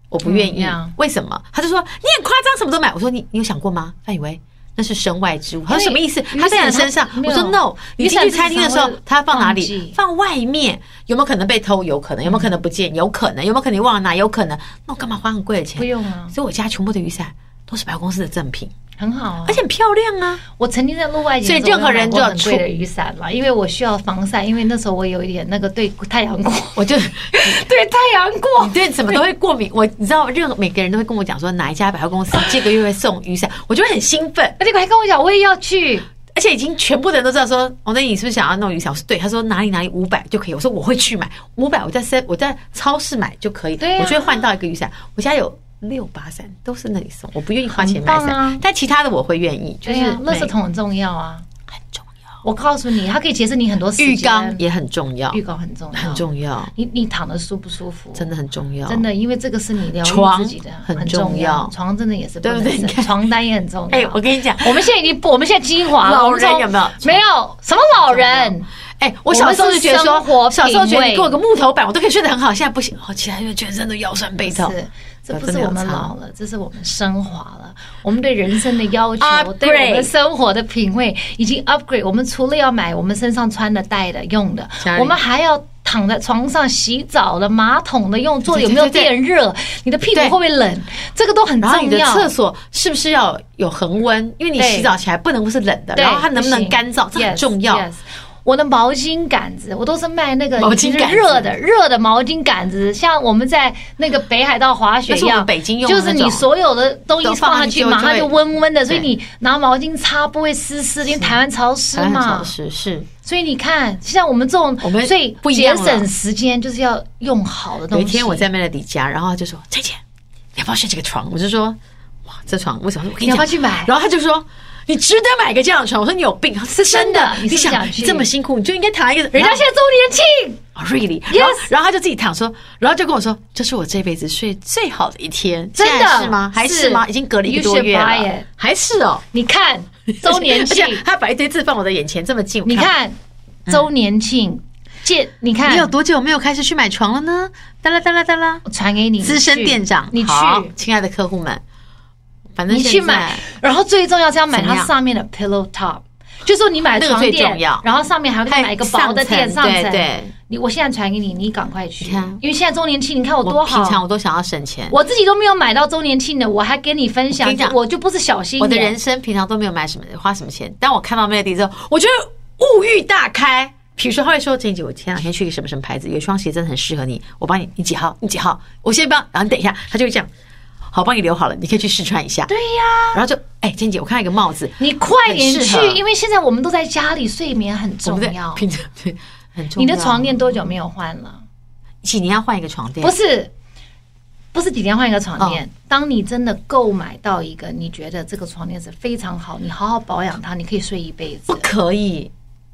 [SPEAKER 1] 我不愿
[SPEAKER 2] 嗯
[SPEAKER 1] 意，
[SPEAKER 2] 呀
[SPEAKER 1] 为什么？他就说你很夸张，什么都买。我说你你有想过吗？范以为那是身外之物。他说什么意思？
[SPEAKER 2] 雨伞
[SPEAKER 1] 他在你身上
[SPEAKER 2] 它。没
[SPEAKER 1] 我
[SPEAKER 2] 有
[SPEAKER 1] 说 no，你进去餐厅的时候
[SPEAKER 2] 雨伞，
[SPEAKER 1] 他放哪
[SPEAKER 2] 常
[SPEAKER 1] 里
[SPEAKER 2] 会？
[SPEAKER 1] 放外面。有没有可能被偷？有可能。有没有可能不见？有可能。有没有可能忘了拿？有可能。那我干嘛花很贵的钱？
[SPEAKER 2] 不用啊
[SPEAKER 1] 所以我家全部的雨伞都是百货公司的赠品，
[SPEAKER 2] 很好啊
[SPEAKER 1] 而。且很漂亮啊。
[SPEAKER 2] 我曾经在路外景
[SPEAKER 1] 所以
[SPEAKER 2] 的时候
[SPEAKER 1] 任何人
[SPEAKER 2] 有买过
[SPEAKER 1] 就要
[SPEAKER 2] 很贵
[SPEAKER 1] 出
[SPEAKER 2] 的雨伞嘛，因为我需要防晒，因为那时候我有一点那个对太 阳过，
[SPEAKER 1] 我就
[SPEAKER 2] 对太阳过
[SPEAKER 1] 你，对什么都会过敏。我你知道，任何每个人都会跟我讲说哪一家百货公 司这个月会送雨伞，我就会很兴奋。
[SPEAKER 2] 而且还跟我讲我也要去，
[SPEAKER 1] 而且已经全部的人都知道说，王丹妮你是不是想要弄雨伞？我说对，他说哪里哪里五百就可以。我说我会去买五百，我在 s 我在超市买就可以，
[SPEAKER 2] 对啊
[SPEAKER 1] 我就会换到一个雨伞。我家有六把伞，都是那里送，我不愿意花钱买
[SPEAKER 2] 很
[SPEAKER 1] 伞，
[SPEAKER 2] 棒啊
[SPEAKER 1] 但其他的我会愿意，就
[SPEAKER 2] 对
[SPEAKER 1] 是
[SPEAKER 2] 哎呀，垃
[SPEAKER 1] 每
[SPEAKER 2] 圾桶很重要啊。
[SPEAKER 1] 很重要，
[SPEAKER 2] 我告诉你，它可以节省你很多时间。
[SPEAKER 1] 浴缸也很重要，
[SPEAKER 2] 浴缸很重要，
[SPEAKER 1] 很重要，
[SPEAKER 2] 你你躺的舒不舒服？
[SPEAKER 1] 真的很重要，
[SPEAKER 2] 真。的，因为这个是你疗
[SPEAKER 1] 床
[SPEAKER 2] 愈自己的，
[SPEAKER 1] 很
[SPEAKER 2] 很
[SPEAKER 1] 重要
[SPEAKER 2] 要。床真的也是不
[SPEAKER 1] 对不
[SPEAKER 2] 能
[SPEAKER 1] 对
[SPEAKER 2] 省
[SPEAKER 1] 你看
[SPEAKER 2] 床单也很重要。
[SPEAKER 1] 哎，我跟你讲，
[SPEAKER 2] 我们现在已经不，我们现在精华了。
[SPEAKER 1] 老
[SPEAKER 2] 我们从
[SPEAKER 1] 人有没有
[SPEAKER 2] 没有什么老人，
[SPEAKER 1] 哎，我小时候就觉得
[SPEAKER 2] 我们是生活
[SPEAKER 1] 说，小时候觉得
[SPEAKER 2] 品味
[SPEAKER 1] 你给我个木头板，我都可以睡得很好，现在不行，我起来就全身都腰酸背痛。
[SPEAKER 2] 是这
[SPEAKER 1] 呃
[SPEAKER 2] 不
[SPEAKER 1] 真
[SPEAKER 2] 是
[SPEAKER 1] 的有
[SPEAKER 2] 我们
[SPEAKER 1] 差
[SPEAKER 2] 老了，这是我们升华了。我们对人生的要求
[SPEAKER 1] Upgrade
[SPEAKER 2] 对我们的生活的品味已经 upgrade。我们除了要买我们身上穿的、戴的、用的
[SPEAKER 1] 家，里
[SPEAKER 2] 我们还要。躺在床上洗澡的、马桶的用坐的有没有
[SPEAKER 1] 对对对
[SPEAKER 2] 电热？你的屁股
[SPEAKER 1] 对
[SPEAKER 2] 会不会冷？这个都很重
[SPEAKER 1] 然
[SPEAKER 2] 要。
[SPEAKER 1] 后你的厕所是不是要有恒温？因为你
[SPEAKER 2] 对
[SPEAKER 1] 洗澡起来不能是冷的，
[SPEAKER 2] 对
[SPEAKER 1] 然后它能不能
[SPEAKER 2] 行
[SPEAKER 1] 干燥，这
[SPEAKER 2] Yes，
[SPEAKER 1] 很重要。哎
[SPEAKER 2] yes 我的毛巾杆子，我都是卖那个
[SPEAKER 1] 毛巾杆子
[SPEAKER 2] 就是热的热的毛巾杆子，像我们在那个北海道滑雪
[SPEAKER 1] 那
[SPEAKER 2] 一
[SPEAKER 1] 是我
[SPEAKER 2] 样，
[SPEAKER 1] 们北京用的
[SPEAKER 2] 就
[SPEAKER 1] 那种
[SPEAKER 2] 是你所有的东西
[SPEAKER 1] 都放
[SPEAKER 2] 放
[SPEAKER 1] 上
[SPEAKER 2] 上
[SPEAKER 1] 去
[SPEAKER 2] 去，
[SPEAKER 1] 就
[SPEAKER 2] 马上
[SPEAKER 1] 就
[SPEAKER 2] 就
[SPEAKER 1] 会
[SPEAKER 2] 温温的，所以
[SPEAKER 1] 对
[SPEAKER 2] 你拿毛巾擦不会湿湿，因为台湾潮湿
[SPEAKER 1] 台湾很潮
[SPEAKER 2] 嘛。
[SPEAKER 1] 湿是
[SPEAKER 2] 所以你看，像我们这种，
[SPEAKER 1] 我们
[SPEAKER 2] 所以
[SPEAKER 1] 不一
[SPEAKER 2] 节
[SPEAKER 1] 样了
[SPEAKER 2] 省时间就是要用好的东
[SPEAKER 1] 有
[SPEAKER 2] 西。
[SPEAKER 1] 一天我在 Melody 家，然后他就说：“蔡姐，你要不要睡这个床？”我就说：“哇，这床为什么？我跟
[SPEAKER 2] 你
[SPEAKER 1] 讲
[SPEAKER 2] 要不要去买？
[SPEAKER 1] 然后他就说：“你值得买个这样的床。”我说：“你有病，他说是真
[SPEAKER 2] 真
[SPEAKER 1] 的
[SPEAKER 2] 的。你
[SPEAKER 1] 你
[SPEAKER 2] 是不是
[SPEAKER 1] 想
[SPEAKER 2] 想去
[SPEAKER 1] 这么辛苦，你就应该躺在一个
[SPEAKER 2] 人家现在周年庆，
[SPEAKER 1] 在哦 really，
[SPEAKER 2] Yes
[SPEAKER 1] 然后然后他就自己躺说，然后就跟我说：‘这是我这辈子睡最好的一天。’
[SPEAKER 2] 真的
[SPEAKER 1] 现在是吗？还是
[SPEAKER 2] 是
[SPEAKER 1] 吗？已经隔了一个
[SPEAKER 2] You
[SPEAKER 1] 多
[SPEAKER 2] should
[SPEAKER 1] 月
[SPEAKER 2] buy it
[SPEAKER 1] 了，还是哦。”
[SPEAKER 2] 你看周年庆
[SPEAKER 1] 而，且他把一堆字放我的眼前，这么近，
[SPEAKER 2] 你看周年庆，见你看
[SPEAKER 1] 你有多久没有开始去买床了呢？哒啦哒啦哒啦，
[SPEAKER 2] 我传给你
[SPEAKER 1] 资深店长，
[SPEAKER 2] 你去，
[SPEAKER 1] 好亲爱的客户们，反正
[SPEAKER 2] 你去
[SPEAKER 1] 现在
[SPEAKER 2] 买，然后最重要是要买
[SPEAKER 1] 怎么
[SPEAKER 2] 它
[SPEAKER 1] 样
[SPEAKER 2] 上面的 pillow top，就是说你买
[SPEAKER 1] 那个
[SPEAKER 2] 床
[SPEAKER 1] 最
[SPEAKER 2] 垫
[SPEAKER 1] 重要，
[SPEAKER 2] 然后上面还会再买一个薄的垫上
[SPEAKER 1] 上层对
[SPEAKER 2] 层。
[SPEAKER 1] 对，
[SPEAKER 2] 你我现在传给你，你赶快去
[SPEAKER 1] 你看，
[SPEAKER 2] 因为现在周年庆，你看我多
[SPEAKER 1] 我平常
[SPEAKER 2] 好，
[SPEAKER 1] 我都想要省钱，
[SPEAKER 2] 我自己都没有买到周年庆的，我还跟你分
[SPEAKER 1] 我
[SPEAKER 2] 享
[SPEAKER 1] 跟你，讲
[SPEAKER 2] 我就不是小心
[SPEAKER 1] 我的人生平常都没有买什么花什么钱，当我看到 Melody 之后，我觉得物欲大开。比如说，他会说：“这姐，我前两天去一个什么什么牌子，有一双鞋真的很适合你，我帮你，你几号？你几号？我先帮，然后你等一下，他就会这样，好，帮你留好了，你可以去试穿一下。
[SPEAKER 2] 对啊呀，
[SPEAKER 1] 然后就，哎、健姐，我看到一个帽子，
[SPEAKER 2] 你快点
[SPEAKER 1] 很
[SPEAKER 2] 去
[SPEAKER 1] 适合，
[SPEAKER 2] 因为现在我们都在家里，睡眠很
[SPEAKER 1] 我
[SPEAKER 2] 重
[SPEAKER 1] 们在
[SPEAKER 2] 要。
[SPEAKER 1] 平常对很重
[SPEAKER 2] 你
[SPEAKER 1] 要。
[SPEAKER 2] 的床垫多久没有换了？
[SPEAKER 1] 几年要换一个床垫？
[SPEAKER 2] 不是，不是几天换一个床
[SPEAKER 1] 哦
[SPEAKER 2] 垫。当你真的购买到一个你觉得这个床垫是非常好，你好好保养它，你可以睡一辈
[SPEAKER 1] 不
[SPEAKER 2] 子。
[SPEAKER 1] 可以。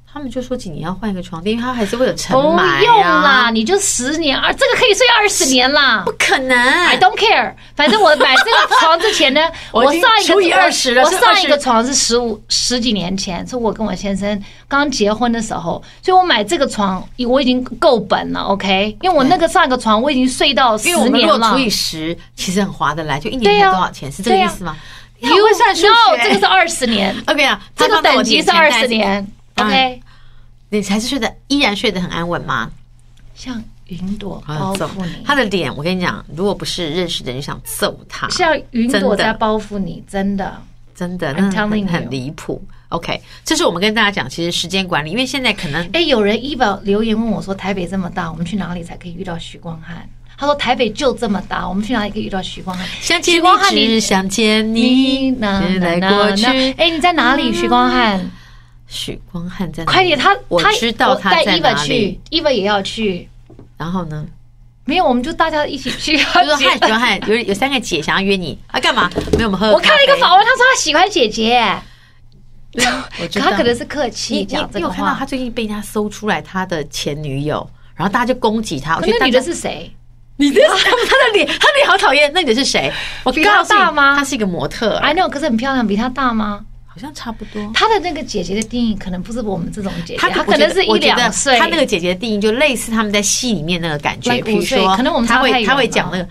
[SPEAKER 1] 他们就说几年要换一个床垫，因为它还是会有尘
[SPEAKER 2] 不
[SPEAKER 1] 螨、啊、
[SPEAKER 2] 用啦，，你就十年二，这个可以睡二十年啦
[SPEAKER 1] 不。可能。
[SPEAKER 2] I don't care，反正我买这个床之前呢，
[SPEAKER 1] 我
[SPEAKER 2] 我
[SPEAKER 1] 已经
[SPEAKER 2] 上一个
[SPEAKER 1] 除以20了
[SPEAKER 2] 我
[SPEAKER 1] 是
[SPEAKER 2] 上一个
[SPEAKER 1] 20
[SPEAKER 2] 床是十五十几年前，是我跟我先生刚结婚的时候，所以我买这个床我已经够本了，OK，因为我那个上一个床我已经睡到十
[SPEAKER 1] 因为我们
[SPEAKER 2] 年
[SPEAKER 1] 如果
[SPEAKER 2] 了
[SPEAKER 1] 除。以十，其实很划得来，就一
[SPEAKER 2] 对
[SPEAKER 1] 年
[SPEAKER 2] 呀
[SPEAKER 1] 才多少钱？是这个
[SPEAKER 2] 对
[SPEAKER 1] 意
[SPEAKER 2] 呀
[SPEAKER 1] 思吗？你
[SPEAKER 2] You
[SPEAKER 1] 很会算数
[SPEAKER 2] no，这个
[SPEAKER 1] 学。
[SPEAKER 2] 是二十年，
[SPEAKER 1] 我跟你讲，
[SPEAKER 2] 这个
[SPEAKER 1] 他放在
[SPEAKER 2] 等
[SPEAKER 1] 我
[SPEAKER 2] 级
[SPEAKER 1] 眼
[SPEAKER 2] 是
[SPEAKER 1] 前
[SPEAKER 2] 二
[SPEAKER 1] 但
[SPEAKER 2] 十年
[SPEAKER 1] 当然
[SPEAKER 2] ，OK，
[SPEAKER 1] 你才是睡得依然睡得很安稳吗？
[SPEAKER 2] 像云朵
[SPEAKER 1] 啊
[SPEAKER 2] 包覆你，
[SPEAKER 1] 他的脸，我跟你讲，如果不是认识的人，就想揍他。
[SPEAKER 2] 像云朵
[SPEAKER 1] 真
[SPEAKER 2] 在
[SPEAKER 1] 的
[SPEAKER 2] 包覆你，真的。
[SPEAKER 1] 真的，
[SPEAKER 2] I'm
[SPEAKER 1] 那
[SPEAKER 2] telling
[SPEAKER 1] 很
[SPEAKER 2] you
[SPEAKER 1] 很离谱。OK，这是我们跟大家讲，其实时间管理，因为现在可能
[SPEAKER 2] 哎，有人一宝留言问我说：“台北这么大，我们去哪里才可以遇到许光汉？”他说：“台北就这么大，我们去哪里可以遇到许光汉？”
[SPEAKER 1] 想见
[SPEAKER 2] 许光汉
[SPEAKER 1] 你，只想见你，只来过去。
[SPEAKER 2] 哎，你在哪里？许光汉，
[SPEAKER 1] 许光汉在哪里
[SPEAKER 2] 快点，他
[SPEAKER 1] 我
[SPEAKER 2] 他
[SPEAKER 1] 知道他
[SPEAKER 2] 我带
[SPEAKER 1] 在
[SPEAKER 2] e v
[SPEAKER 1] 哪里。
[SPEAKER 2] a 去 e v a 也要去，
[SPEAKER 1] 然后呢，
[SPEAKER 2] 没有，我们就大家一起去。
[SPEAKER 1] 就说汉许光汉有有三个姐想要约你啊，干嘛？没有我们喝。
[SPEAKER 2] 我看了一个，访问，他说他喜欢姐姐，
[SPEAKER 1] 嗯我知
[SPEAKER 2] 可
[SPEAKER 1] 道
[SPEAKER 2] 他可能是客气
[SPEAKER 1] 你
[SPEAKER 2] 讲这
[SPEAKER 1] 你
[SPEAKER 2] 个
[SPEAKER 1] 有看到
[SPEAKER 2] 话
[SPEAKER 1] 他。最近被人家搜出来他的前女友，然后大家就攻击他。我
[SPEAKER 2] 可
[SPEAKER 1] 觉得
[SPEAKER 2] 那
[SPEAKER 1] 大
[SPEAKER 2] 女
[SPEAKER 1] 家
[SPEAKER 2] 的是谁？
[SPEAKER 1] 你的 他的脸，他的脸好讨厌。那你的是谁？我
[SPEAKER 2] 比他
[SPEAKER 1] 告诉你
[SPEAKER 2] 大吗哎
[SPEAKER 1] 他是一个模特儿，
[SPEAKER 2] I know，可是很漂亮，比她大吗？
[SPEAKER 1] 好像差不多。
[SPEAKER 2] 她的那个姐姐的定义可能不是我们这种姐姐，
[SPEAKER 1] 她
[SPEAKER 2] 她
[SPEAKER 1] 我
[SPEAKER 2] 可
[SPEAKER 1] 觉
[SPEAKER 2] 能
[SPEAKER 1] 得
[SPEAKER 2] 是一
[SPEAKER 1] 我觉
[SPEAKER 2] 两
[SPEAKER 1] 得
[SPEAKER 2] 岁。
[SPEAKER 1] 她那个姐姐的定义就类似他们在戏里面那个感觉，
[SPEAKER 2] Like
[SPEAKER 1] 比如
[SPEAKER 2] 五岁
[SPEAKER 1] 说，
[SPEAKER 2] 可能我们
[SPEAKER 1] 她
[SPEAKER 2] 差太
[SPEAKER 1] 会
[SPEAKER 2] 远
[SPEAKER 1] 她会
[SPEAKER 2] 了
[SPEAKER 1] 讲那个，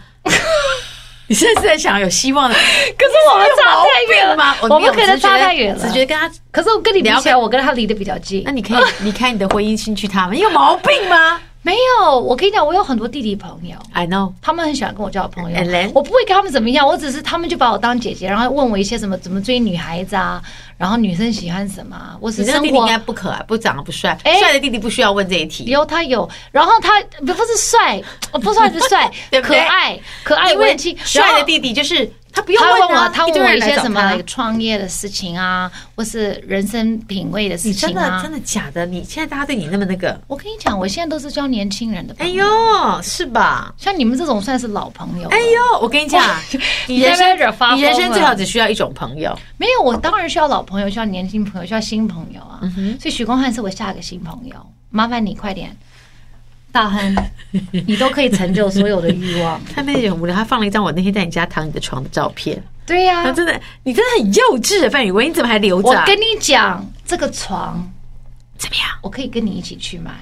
[SPEAKER 1] 你现在是在想有希 望的？可
[SPEAKER 2] 是我们差太远了
[SPEAKER 1] 吗？
[SPEAKER 2] 我们可能差太远了
[SPEAKER 1] 只觉得跟他，
[SPEAKER 2] 可是我跟你比起来，我跟他离得比较近
[SPEAKER 1] 那。你可以 离开你的婚姻，进去他们，你有毛病吗
[SPEAKER 2] 没有，我跟你讲，我有很多弟弟朋友，
[SPEAKER 1] ？I know，
[SPEAKER 2] 他们很喜欢跟我交朋
[SPEAKER 1] And then？
[SPEAKER 2] 友。我不会跟他们怎么样，我只是他们就把我当姐姐，然后问我一些什么怎么追女孩子啊，然后女生喜欢什么啊、我
[SPEAKER 1] 你
[SPEAKER 2] 是
[SPEAKER 1] 那个
[SPEAKER 2] 生
[SPEAKER 1] 弟弟应
[SPEAKER 2] 活
[SPEAKER 1] 该不可爱，不长得不帅，
[SPEAKER 2] 哎
[SPEAKER 1] 帅的弟弟不需要问这一题。
[SPEAKER 2] 有他有，然后他不不是帅，不算是帅
[SPEAKER 1] 对，不
[SPEAKER 2] 可
[SPEAKER 1] 对
[SPEAKER 2] 爱可爱
[SPEAKER 1] 因为
[SPEAKER 2] 文气，然
[SPEAKER 1] 帅
[SPEAKER 2] 后
[SPEAKER 1] 的弟弟就是他不用
[SPEAKER 2] 他问
[SPEAKER 1] 问
[SPEAKER 2] 我，
[SPEAKER 1] 啊，
[SPEAKER 2] 他
[SPEAKER 1] 一
[SPEAKER 2] 问
[SPEAKER 1] 堆
[SPEAKER 2] 我
[SPEAKER 1] 人
[SPEAKER 2] 一
[SPEAKER 1] 来
[SPEAKER 2] 些
[SPEAKER 1] 找
[SPEAKER 2] 什
[SPEAKER 1] 他
[SPEAKER 2] 么创业的事情啊，或是人生品味的事
[SPEAKER 1] 你真
[SPEAKER 2] 情
[SPEAKER 1] 的
[SPEAKER 2] 啊
[SPEAKER 1] 真。的假的？你现在大家对你那么那个，
[SPEAKER 2] 我跟你讲，我现在都是教年轻人的
[SPEAKER 1] 哎
[SPEAKER 2] 朋友，
[SPEAKER 1] 呦，是吧？
[SPEAKER 2] 像你们这种算是老朋友了。啊
[SPEAKER 1] 哎呦，我跟你讲， 你人
[SPEAKER 2] 你在那边惹
[SPEAKER 1] 生
[SPEAKER 2] 发疯啊
[SPEAKER 1] 你人生
[SPEAKER 2] 了
[SPEAKER 1] 最好只需要一种朋友，
[SPEAKER 2] 没有，我当然需要老朋友，需要年轻朋友，需要新朋友
[SPEAKER 1] 嗯
[SPEAKER 2] 啊。所以许光汉是我下一个新朋友，啊麻烦你快点，大亨， 你都可以成就所有的欲望。
[SPEAKER 1] 他那也很无聊，他放了一张我那天在你家躺你的床的照片，
[SPEAKER 2] 对呀、
[SPEAKER 1] 他真的，你真的很幼稚，啊范宇威，你怎么还留着
[SPEAKER 2] 我
[SPEAKER 1] 啊？
[SPEAKER 2] 跟你讲，这个床
[SPEAKER 1] 怎么样？
[SPEAKER 2] 我可以跟你一起去买，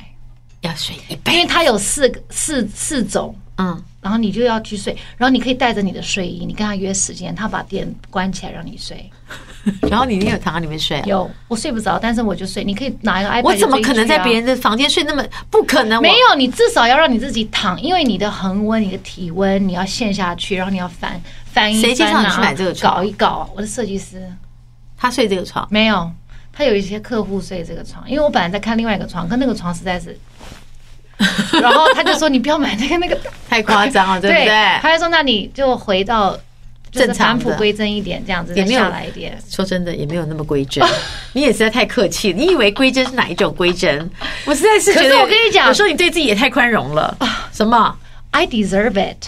[SPEAKER 1] 要睡一
[SPEAKER 2] 因
[SPEAKER 1] 辈
[SPEAKER 2] 为
[SPEAKER 1] 子，
[SPEAKER 2] 它有四个四四种，
[SPEAKER 1] 嗯，
[SPEAKER 2] 然后你就要去睡，然后你可以带着你的睡衣，你跟他约时间，他把电关起来让你睡。
[SPEAKER 1] 然后你也有躺在里面睡啊。
[SPEAKER 2] 有我睡不着，但是我就睡，你可以拿一个 iPad
[SPEAKER 1] 我怎么
[SPEAKER 2] 就追
[SPEAKER 1] 可能在
[SPEAKER 2] 剧啊
[SPEAKER 1] 别人的房间睡那么不可能？
[SPEAKER 2] 没有，你至少要让你自己躺，因为你的恒温、你的体温，你要陷下去，然后你要翻翻一翻、啊、
[SPEAKER 1] 谁介绍你去买这个床
[SPEAKER 2] 搞一搞，我的设计师
[SPEAKER 1] 他睡这个床，
[SPEAKER 2] 没有，他有一些客户睡这个床，因为我本来在看另外一个床，可那个床实在是。然后他就说：“你不要买那个那个，
[SPEAKER 1] 太夸张啊 了，对不对？
[SPEAKER 2] 他就说：“那你就回到就是
[SPEAKER 1] 正常
[SPEAKER 2] 返
[SPEAKER 1] 的
[SPEAKER 2] 璞归真一点，这样子
[SPEAKER 1] 也
[SPEAKER 2] 再
[SPEAKER 1] 没有
[SPEAKER 2] 下来一点。
[SPEAKER 1] 说真的，也没有那么归真。你也实在太客气了，你以为归真是哪一种归真？ 我实在是觉得，
[SPEAKER 2] 可是我跟你讲
[SPEAKER 1] 有时候你对自己也太宽容了。什么
[SPEAKER 2] I deserve it，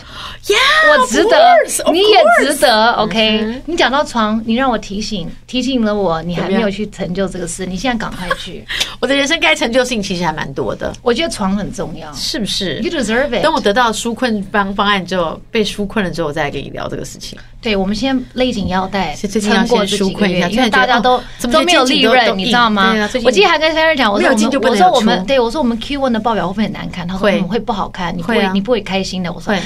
[SPEAKER 1] ？Yeah，哦
[SPEAKER 2] 我值
[SPEAKER 1] 啊 of 嗯
[SPEAKER 2] 得
[SPEAKER 1] course, of，
[SPEAKER 2] 你也值得。OK，你讲到床，你让我提醒提醒了我，你还没有去成就这个事，你现在赶快去。
[SPEAKER 1] course 我的人生该成就的事情其实还蛮多的，
[SPEAKER 2] 我觉得床很重要
[SPEAKER 1] 是不是
[SPEAKER 2] ，You？deserve it。
[SPEAKER 1] 等我得到纾困方方案之后，被纾困了之后，我再来跟你聊这个事情。
[SPEAKER 2] 对，我们先勒紧腰带，
[SPEAKER 1] 是最近要
[SPEAKER 2] 撑过这
[SPEAKER 1] 先
[SPEAKER 2] 几
[SPEAKER 1] 纾
[SPEAKER 2] 个
[SPEAKER 1] 困一下
[SPEAKER 2] 月，因
[SPEAKER 1] 真
[SPEAKER 2] 为
[SPEAKER 1] 的
[SPEAKER 2] 大
[SPEAKER 1] 觉得
[SPEAKER 2] 家都
[SPEAKER 1] 哦怎么
[SPEAKER 2] 都
[SPEAKER 1] 最
[SPEAKER 2] 没
[SPEAKER 1] 近
[SPEAKER 2] 有
[SPEAKER 1] 几
[SPEAKER 2] 利
[SPEAKER 1] 个都
[SPEAKER 2] 润，
[SPEAKER 1] 都
[SPEAKER 2] 你知道吗
[SPEAKER 1] 硬对啊最？近
[SPEAKER 2] 我记得还跟 Sarah 讲，我
[SPEAKER 1] 没
[SPEAKER 2] 说
[SPEAKER 1] 有
[SPEAKER 2] 我
[SPEAKER 1] 进就
[SPEAKER 2] 们
[SPEAKER 1] 不能
[SPEAKER 2] 我
[SPEAKER 1] 有
[SPEAKER 2] 说我
[SPEAKER 1] 出
[SPEAKER 2] 们对我说我们 Q one 的报表会不会很难看？他说
[SPEAKER 1] 会
[SPEAKER 2] 我们会不好看，你不
[SPEAKER 1] 会
[SPEAKER 2] 会
[SPEAKER 1] 啊
[SPEAKER 2] 你不会开心的。我说
[SPEAKER 1] 会，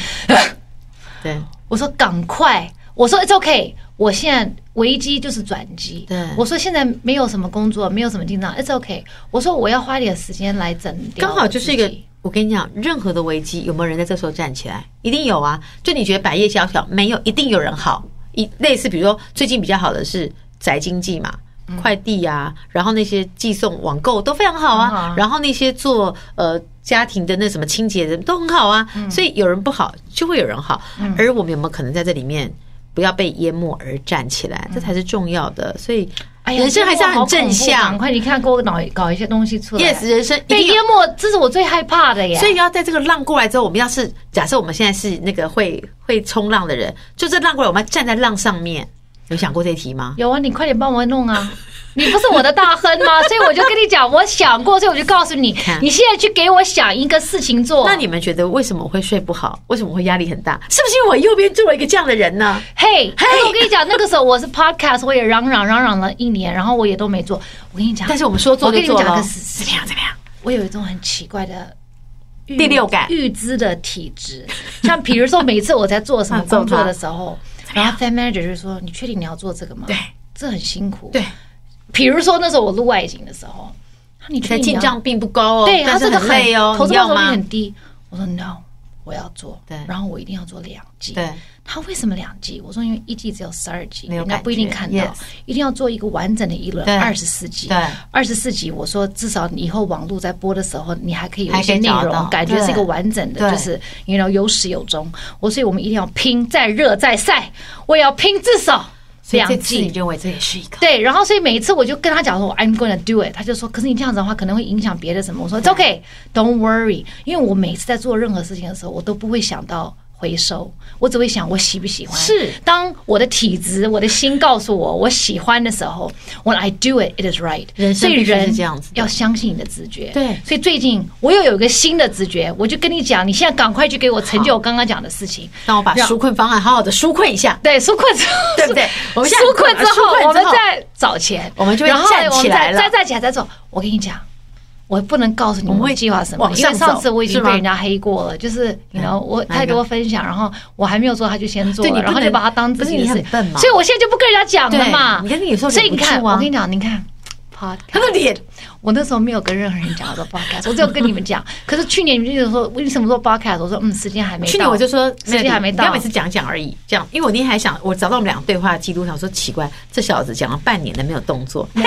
[SPEAKER 1] 对
[SPEAKER 2] 我说赶快，我说 It's OK，我现在危机就是转机。
[SPEAKER 1] 对
[SPEAKER 2] 我说现在没有什么工作，没有什么进账，It's OK。我说我要花一点时间来整掉
[SPEAKER 1] 刚
[SPEAKER 2] 我自己，
[SPEAKER 1] 好就是一个。我跟你讲，任何的危机，有没有人在这时候站起来？一定有啊！就你觉得百业萧条，没有，一定有人好。一类似，比如说最近比较好的是宅经济嘛，
[SPEAKER 2] 嗯
[SPEAKER 1] 快递啊，然后那些寄送、网购都非常好
[SPEAKER 2] 很好
[SPEAKER 1] 啊
[SPEAKER 2] 啊，
[SPEAKER 1] 然后那些做呃家庭的那什么清洁的都很好啊。
[SPEAKER 2] 嗯
[SPEAKER 1] 所以有人不好，就会有人好。而我们有没有可能在这里面不要被淹没而站起来？这才是重要的。所以
[SPEAKER 2] 哎呀
[SPEAKER 1] 人生还是要很正
[SPEAKER 2] 真的好
[SPEAKER 1] 向。
[SPEAKER 2] 恐怖赶快，你看，给我搞搞一些东西出来。
[SPEAKER 1] Yes，人生一
[SPEAKER 2] 被
[SPEAKER 1] 定要
[SPEAKER 2] 淹没，这是我最害怕的耶。
[SPEAKER 1] 所以要在这个浪过来之后，我们要是假设我们现在是那个会会冲浪的人，就这浪过来，我们要站在浪上面。有想过这题吗？
[SPEAKER 2] 有啊，你快点帮我弄啊！你不是我的大亨 吗？所以我就跟你讲，我想过，所以我就告诉你
[SPEAKER 1] 看，
[SPEAKER 2] 你现在去给我想一个事情做。
[SPEAKER 1] 那你们觉得为什么我会睡不好？为什么我会压力很大？是不是因为我右边坐了一个这样的人呢？
[SPEAKER 2] 嘿，可哎是我跟你讲，那个时候我是 podcast，我也嚷嚷嚷嚷了一年，然后我也都没做。我跟你讲，
[SPEAKER 1] 但是我们说做
[SPEAKER 2] 我跟
[SPEAKER 1] 就
[SPEAKER 2] 你
[SPEAKER 1] 做
[SPEAKER 2] 讲
[SPEAKER 1] 了
[SPEAKER 2] 个，事
[SPEAKER 1] 怎么
[SPEAKER 2] 情，啊
[SPEAKER 1] 样？怎么样？
[SPEAKER 2] 我有一种很奇怪的。
[SPEAKER 1] 第六感
[SPEAKER 2] 预知的体质，像比如说每次我在做什么
[SPEAKER 1] 啊揍他
[SPEAKER 2] 工作的 时候，然后 fan manager 就说：“你确定你要做这个吗？”
[SPEAKER 1] 对，
[SPEAKER 2] 这很辛苦。
[SPEAKER 1] 对，
[SPEAKER 2] 比如说那时候我录外景的时候，
[SPEAKER 1] 你
[SPEAKER 2] 你确
[SPEAKER 1] 的
[SPEAKER 2] 定你
[SPEAKER 1] 进
[SPEAKER 2] 要
[SPEAKER 1] 账并不高哦，
[SPEAKER 2] 对
[SPEAKER 1] 但
[SPEAKER 2] 他
[SPEAKER 1] 是
[SPEAKER 2] 这个
[SPEAKER 1] 很累哦，
[SPEAKER 2] 投
[SPEAKER 1] 你
[SPEAKER 2] 资报
[SPEAKER 1] 要
[SPEAKER 2] 酬率
[SPEAKER 1] 吗？
[SPEAKER 2] 很低。我说 no，我要做，
[SPEAKER 1] 对
[SPEAKER 2] 然后我一定要做两季。
[SPEAKER 1] 对，
[SPEAKER 2] 他为什么两季？我说因为一季只有十二集，
[SPEAKER 1] 没有
[SPEAKER 2] 人家
[SPEAKER 1] 感
[SPEAKER 2] 不一定
[SPEAKER 1] 觉
[SPEAKER 2] 看到
[SPEAKER 1] yes
[SPEAKER 2] 一定要做一个完整的一轮
[SPEAKER 1] 对
[SPEAKER 2] 二十四集。
[SPEAKER 1] 对
[SPEAKER 2] 二十四集，我说至少你以后网络在播的时候，你还可以有
[SPEAKER 1] 还
[SPEAKER 2] 一
[SPEAKER 1] 可以
[SPEAKER 2] 些内
[SPEAKER 1] 找到
[SPEAKER 2] 容，感觉是一个
[SPEAKER 1] 对
[SPEAKER 2] 完整的，
[SPEAKER 1] 对
[SPEAKER 2] 就是你 you know 有始有终。我所以我们一定要拼，再热再晒，我也要拼至少
[SPEAKER 1] 所以
[SPEAKER 2] 两
[SPEAKER 1] 这次
[SPEAKER 2] 季
[SPEAKER 1] 你。认为这也是一个
[SPEAKER 2] 对，然后所以每一次我就跟他讲说我，I'm gonna do it，他就说，可是你这样子的话可能会影响别的什么。我说 It's OK，don't worry，因为我每次在做任何事情的时候，我都不会想到回收，我只会想我喜不喜欢。
[SPEAKER 1] 是
[SPEAKER 2] 当我的体质、我的心告诉我我喜欢的时候，When I do it，it is right。
[SPEAKER 1] 人生
[SPEAKER 2] 所
[SPEAKER 1] 必
[SPEAKER 2] 以
[SPEAKER 1] 须是
[SPEAKER 2] 人
[SPEAKER 1] 这样子的
[SPEAKER 2] 要相信你的直觉。
[SPEAKER 1] 对
[SPEAKER 2] 所以最近我又有一个新的直觉，我就跟你讲，你现在赶快去给我成就我刚刚讲的事情。
[SPEAKER 1] 让我把纾困方案好好的纾困一下。
[SPEAKER 2] 对，纾困之后，
[SPEAKER 1] 对 不对我们现在
[SPEAKER 2] 纾困之
[SPEAKER 1] 纾
[SPEAKER 2] 后
[SPEAKER 1] 困之，后
[SPEAKER 2] 我们再找钱，
[SPEAKER 1] 我们就会
[SPEAKER 2] 然后
[SPEAKER 1] 站起来了
[SPEAKER 2] 我们再再站起来再做。我跟你讲，我不能告诉你
[SPEAKER 1] 我们会
[SPEAKER 2] 计划什么，
[SPEAKER 1] 往
[SPEAKER 2] 因
[SPEAKER 1] 上
[SPEAKER 2] 为
[SPEAKER 1] 走
[SPEAKER 2] 上次我已
[SPEAKER 1] 是
[SPEAKER 2] 经
[SPEAKER 1] 吗
[SPEAKER 2] 被人家黑过了，就是你知道我
[SPEAKER 1] 哪一个
[SPEAKER 2] 太多分享，然后我还没有做，他就先做
[SPEAKER 1] 哎对你
[SPEAKER 2] 了，
[SPEAKER 1] 不
[SPEAKER 2] 然后
[SPEAKER 1] 能
[SPEAKER 2] 就把它当自己
[SPEAKER 1] 不
[SPEAKER 2] 的
[SPEAKER 1] 是
[SPEAKER 2] 事
[SPEAKER 1] 你很笨，嘛
[SPEAKER 2] 所以我现在就不跟人家讲了嘛。
[SPEAKER 1] 对你跟你说
[SPEAKER 2] 所以
[SPEAKER 1] 忍
[SPEAKER 2] 你
[SPEAKER 1] 不
[SPEAKER 2] 看，
[SPEAKER 1] 住啊
[SPEAKER 2] 我跟你讲，你 看 podcast，
[SPEAKER 1] 他的脸
[SPEAKER 2] 我那时候没有跟任何人讲我做 podcast，我只有跟你们讲。可是去年你们就说为什么做 podcast，我说嗯，时间还没到。
[SPEAKER 1] 去年我就说，
[SPEAKER 2] 时间还没
[SPEAKER 1] 你
[SPEAKER 2] 到
[SPEAKER 1] 不要每次讲讲而已，这样，因为我那天还想，我找到我们俩对话记录，想说奇怪，这小子讲了半年了没有动作，嘿，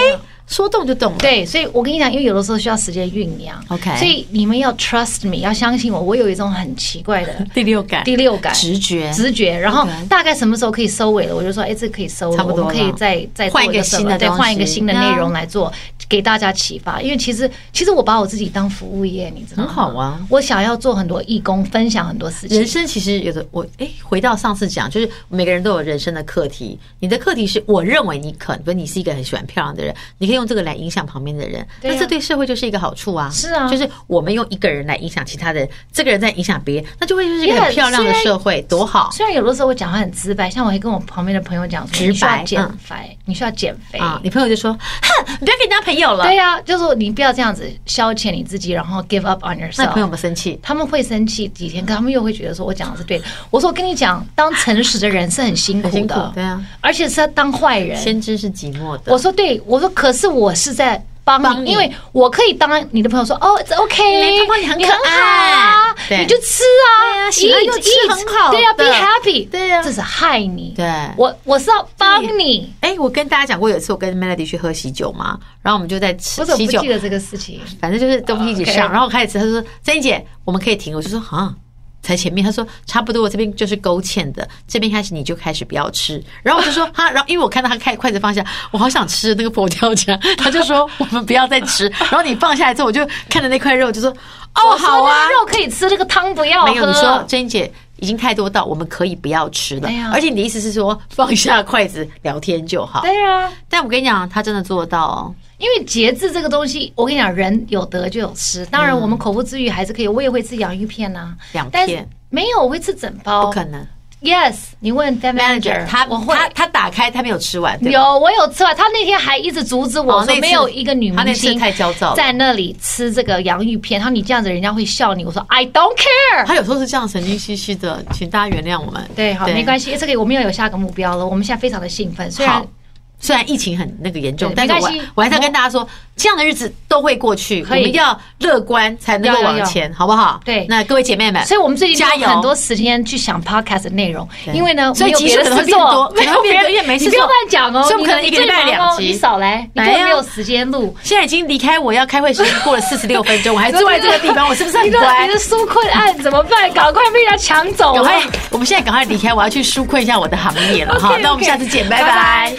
[SPEAKER 1] 说动就动了，
[SPEAKER 2] 对，所以我跟你讲，因为有的时候需要时间酝酿。
[SPEAKER 1] OK
[SPEAKER 2] 所以你们要 trust me，要相信我。我有一种很奇怪的
[SPEAKER 1] 第六感，
[SPEAKER 2] 第六感、
[SPEAKER 1] 直觉，
[SPEAKER 2] 直觉，然后
[SPEAKER 1] OK
[SPEAKER 2] 大概什么时候可以收尾了，我就说，哎，这可以收了，
[SPEAKER 1] 差不多了
[SPEAKER 2] 我们可以再再做
[SPEAKER 1] 换一个
[SPEAKER 2] 什么
[SPEAKER 1] 新的
[SPEAKER 2] 对，
[SPEAKER 1] 东西
[SPEAKER 2] 换一个新的内容来做，给大家启发。因为其实其实我把我自己当服务业，你知道吗
[SPEAKER 1] 很好啊。
[SPEAKER 2] 我想要做很多义工，分享很多事情
[SPEAKER 1] 人。生其实有的，我哎，回到上次讲，就是每个人都有人生的课题。你的课题是，我认为你可，比如你是一个很喜欢漂亮的人，你可以用这个来影响旁边的人，
[SPEAKER 2] 对啊
[SPEAKER 1] 那这对社会就是一个好处啊。
[SPEAKER 2] 是啊
[SPEAKER 1] 就是我们用一个人来影响其他人，这个人在影响别人，那就会就是一个
[SPEAKER 2] Yeah，
[SPEAKER 1] 很漂亮的
[SPEAKER 2] 虽然
[SPEAKER 1] 社会，多好。
[SPEAKER 2] 虽然有的时候我讲话很直白，像我还跟我旁边的朋友讲说，
[SPEAKER 1] 直白
[SPEAKER 2] 你需要减
[SPEAKER 1] 嗯
[SPEAKER 2] 肥，你需要减肥
[SPEAKER 1] 啊！你朋友就说：“哼，你不要跟你当朋友了。
[SPEAKER 2] 对呀、就是你不要这样子消遣你自己，然后 give up on ”
[SPEAKER 1] 那朋友
[SPEAKER 2] yourself。
[SPEAKER 1] 们生气，
[SPEAKER 2] 他们会生气几天，可他们又会觉得说我讲的是对的。我说我跟你讲，当诚实的人是很辛苦的，
[SPEAKER 1] 很辛苦对啊，
[SPEAKER 2] 而且是要当坏人。
[SPEAKER 1] 先知是寂寞的。
[SPEAKER 2] 我说对，我说可是我是在帮你，
[SPEAKER 1] 帮你
[SPEAKER 2] 因为我可以当你的朋友说哦，it's OK，
[SPEAKER 1] 没泡泡你很可
[SPEAKER 2] 好啊，
[SPEAKER 1] 爱
[SPEAKER 2] 你就吃啊，
[SPEAKER 1] 喜欢
[SPEAKER 2] eat
[SPEAKER 1] 就吃
[SPEAKER 2] eat，
[SPEAKER 1] 很好
[SPEAKER 2] 对呀、b
[SPEAKER 1] 的
[SPEAKER 2] e happy，
[SPEAKER 1] 对啊
[SPEAKER 2] 这是害你，
[SPEAKER 1] 对
[SPEAKER 2] 我我是要帮你，
[SPEAKER 1] 哎，我跟大家讲过，有一次我跟 Melody 去喝喜酒嘛，然后我们就在吃
[SPEAKER 2] 我怎么
[SPEAKER 1] 喜
[SPEAKER 2] 不
[SPEAKER 1] 酒
[SPEAKER 2] 记，得这个事情？
[SPEAKER 1] 反正就是东西一起上，
[SPEAKER 2] OK
[SPEAKER 1] 然后我开始吃，他说：“珍妮姐，我们可以停。”我就说：“啊。”才前面，他说差不多，我这边就是勾芡的，这边开始你就开始不要吃。然后我就 说哈，然后因为我看到他开筷子放下，我好想吃那个佛跳墙，他就说我们不要再吃。然后你放下来之后，我就看着那块肉，就说哦
[SPEAKER 2] 我说
[SPEAKER 1] 好啊
[SPEAKER 2] 那，个肉可以吃，这个汤不要喝。
[SPEAKER 1] 没有，你说珍姐已经太多到我们可以不要吃了
[SPEAKER 2] 对啊，
[SPEAKER 1] 而且你的意思是说放下筷子聊天就好。
[SPEAKER 2] 对啊，
[SPEAKER 1] 但我跟你讲，他真的做得到哦。
[SPEAKER 2] 因为节制这个东西，我跟你讲，人有得就有失。当然，我们口腹之欲还是可以，我也会吃洋芋片呐、
[SPEAKER 1] 两片
[SPEAKER 2] 但是没有，我会吃整包。
[SPEAKER 1] 不可能
[SPEAKER 2] Yes，你问 d a
[SPEAKER 1] ，manager 他
[SPEAKER 2] 我会。
[SPEAKER 1] 他他打开他没有吃完，对吧？
[SPEAKER 2] 有，我有吃啊完。他那天还一直阻止我
[SPEAKER 1] 哦那次
[SPEAKER 2] 说，没有一个女
[SPEAKER 1] 他
[SPEAKER 2] 明
[SPEAKER 1] 那次
[SPEAKER 2] 星
[SPEAKER 1] 太焦躁了
[SPEAKER 2] 在那里吃这个洋芋片。然后你这样子，人家会笑你。我说 I don't care。
[SPEAKER 1] 他有时候是这样神经兮兮的，请大家原谅我们。
[SPEAKER 2] 对，好，没关
[SPEAKER 1] 系。
[SPEAKER 2] 系，这个我们要有下个目标了。我们现在非常的兴奋，虽然
[SPEAKER 1] 好，虽然疫情很那个严重，
[SPEAKER 2] 对
[SPEAKER 1] 但是我
[SPEAKER 2] 没关系
[SPEAKER 1] 我还是要跟大家说，这样的日子都会过去，我
[SPEAKER 2] 可以
[SPEAKER 1] 们一定要乐观才能够
[SPEAKER 2] 要要
[SPEAKER 1] 往前，好不好？
[SPEAKER 2] 对
[SPEAKER 1] 那各位姐妹们，
[SPEAKER 2] 所以我们最近
[SPEAKER 1] 加
[SPEAKER 2] 就有
[SPEAKER 1] 油
[SPEAKER 2] 很多时间去想 podcast 的内容，
[SPEAKER 1] 对
[SPEAKER 2] 因为呢，
[SPEAKER 1] 所以
[SPEAKER 2] 没有
[SPEAKER 1] 集数
[SPEAKER 2] 别的
[SPEAKER 1] 可能
[SPEAKER 2] 事
[SPEAKER 1] 会变
[SPEAKER 2] 做，
[SPEAKER 1] 多可能会变多因为没事
[SPEAKER 2] 你不要
[SPEAKER 1] 做
[SPEAKER 2] 乱讲哦，
[SPEAKER 1] 所以我们可能
[SPEAKER 2] 你
[SPEAKER 1] 一个礼拜
[SPEAKER 2] 你最忙哦
[SPEAKER 1] 两集
[SPEAKER 2] 你少来，你
[SPEAKER 1] 来
[SPEAKER 2] 根本
[SPEAKER 1] 呀
[SPEAKER 2] 没有时间录。
[SPEAKER 1] 现在已经离开我要开会时间过了四十六分钟，我还哎坐在这个地方，我是不是很
[SPEAKER 2] 你的
[SPEAKER 1] 乖
[SPEAKER 2] 你？的纾困案怎么办？赶快被人家抢走
[SPEAKER 1] 赶
[SPEAKER 2] 了
[SPEAKER 1] 快。，我们现在赶快离开，我要去纾困一下我的行业了
[SPEAKER 2] OK，
[SPEAKER 1] 哈。那我们
[SPEAKER 2] OK，
[SPEAKER 1] 下次见，
[SPEAKER 2] 拜
[SPEAKER 1] 拜
[SPEAKER 2] 拜
[SPEAKER 1] 拜。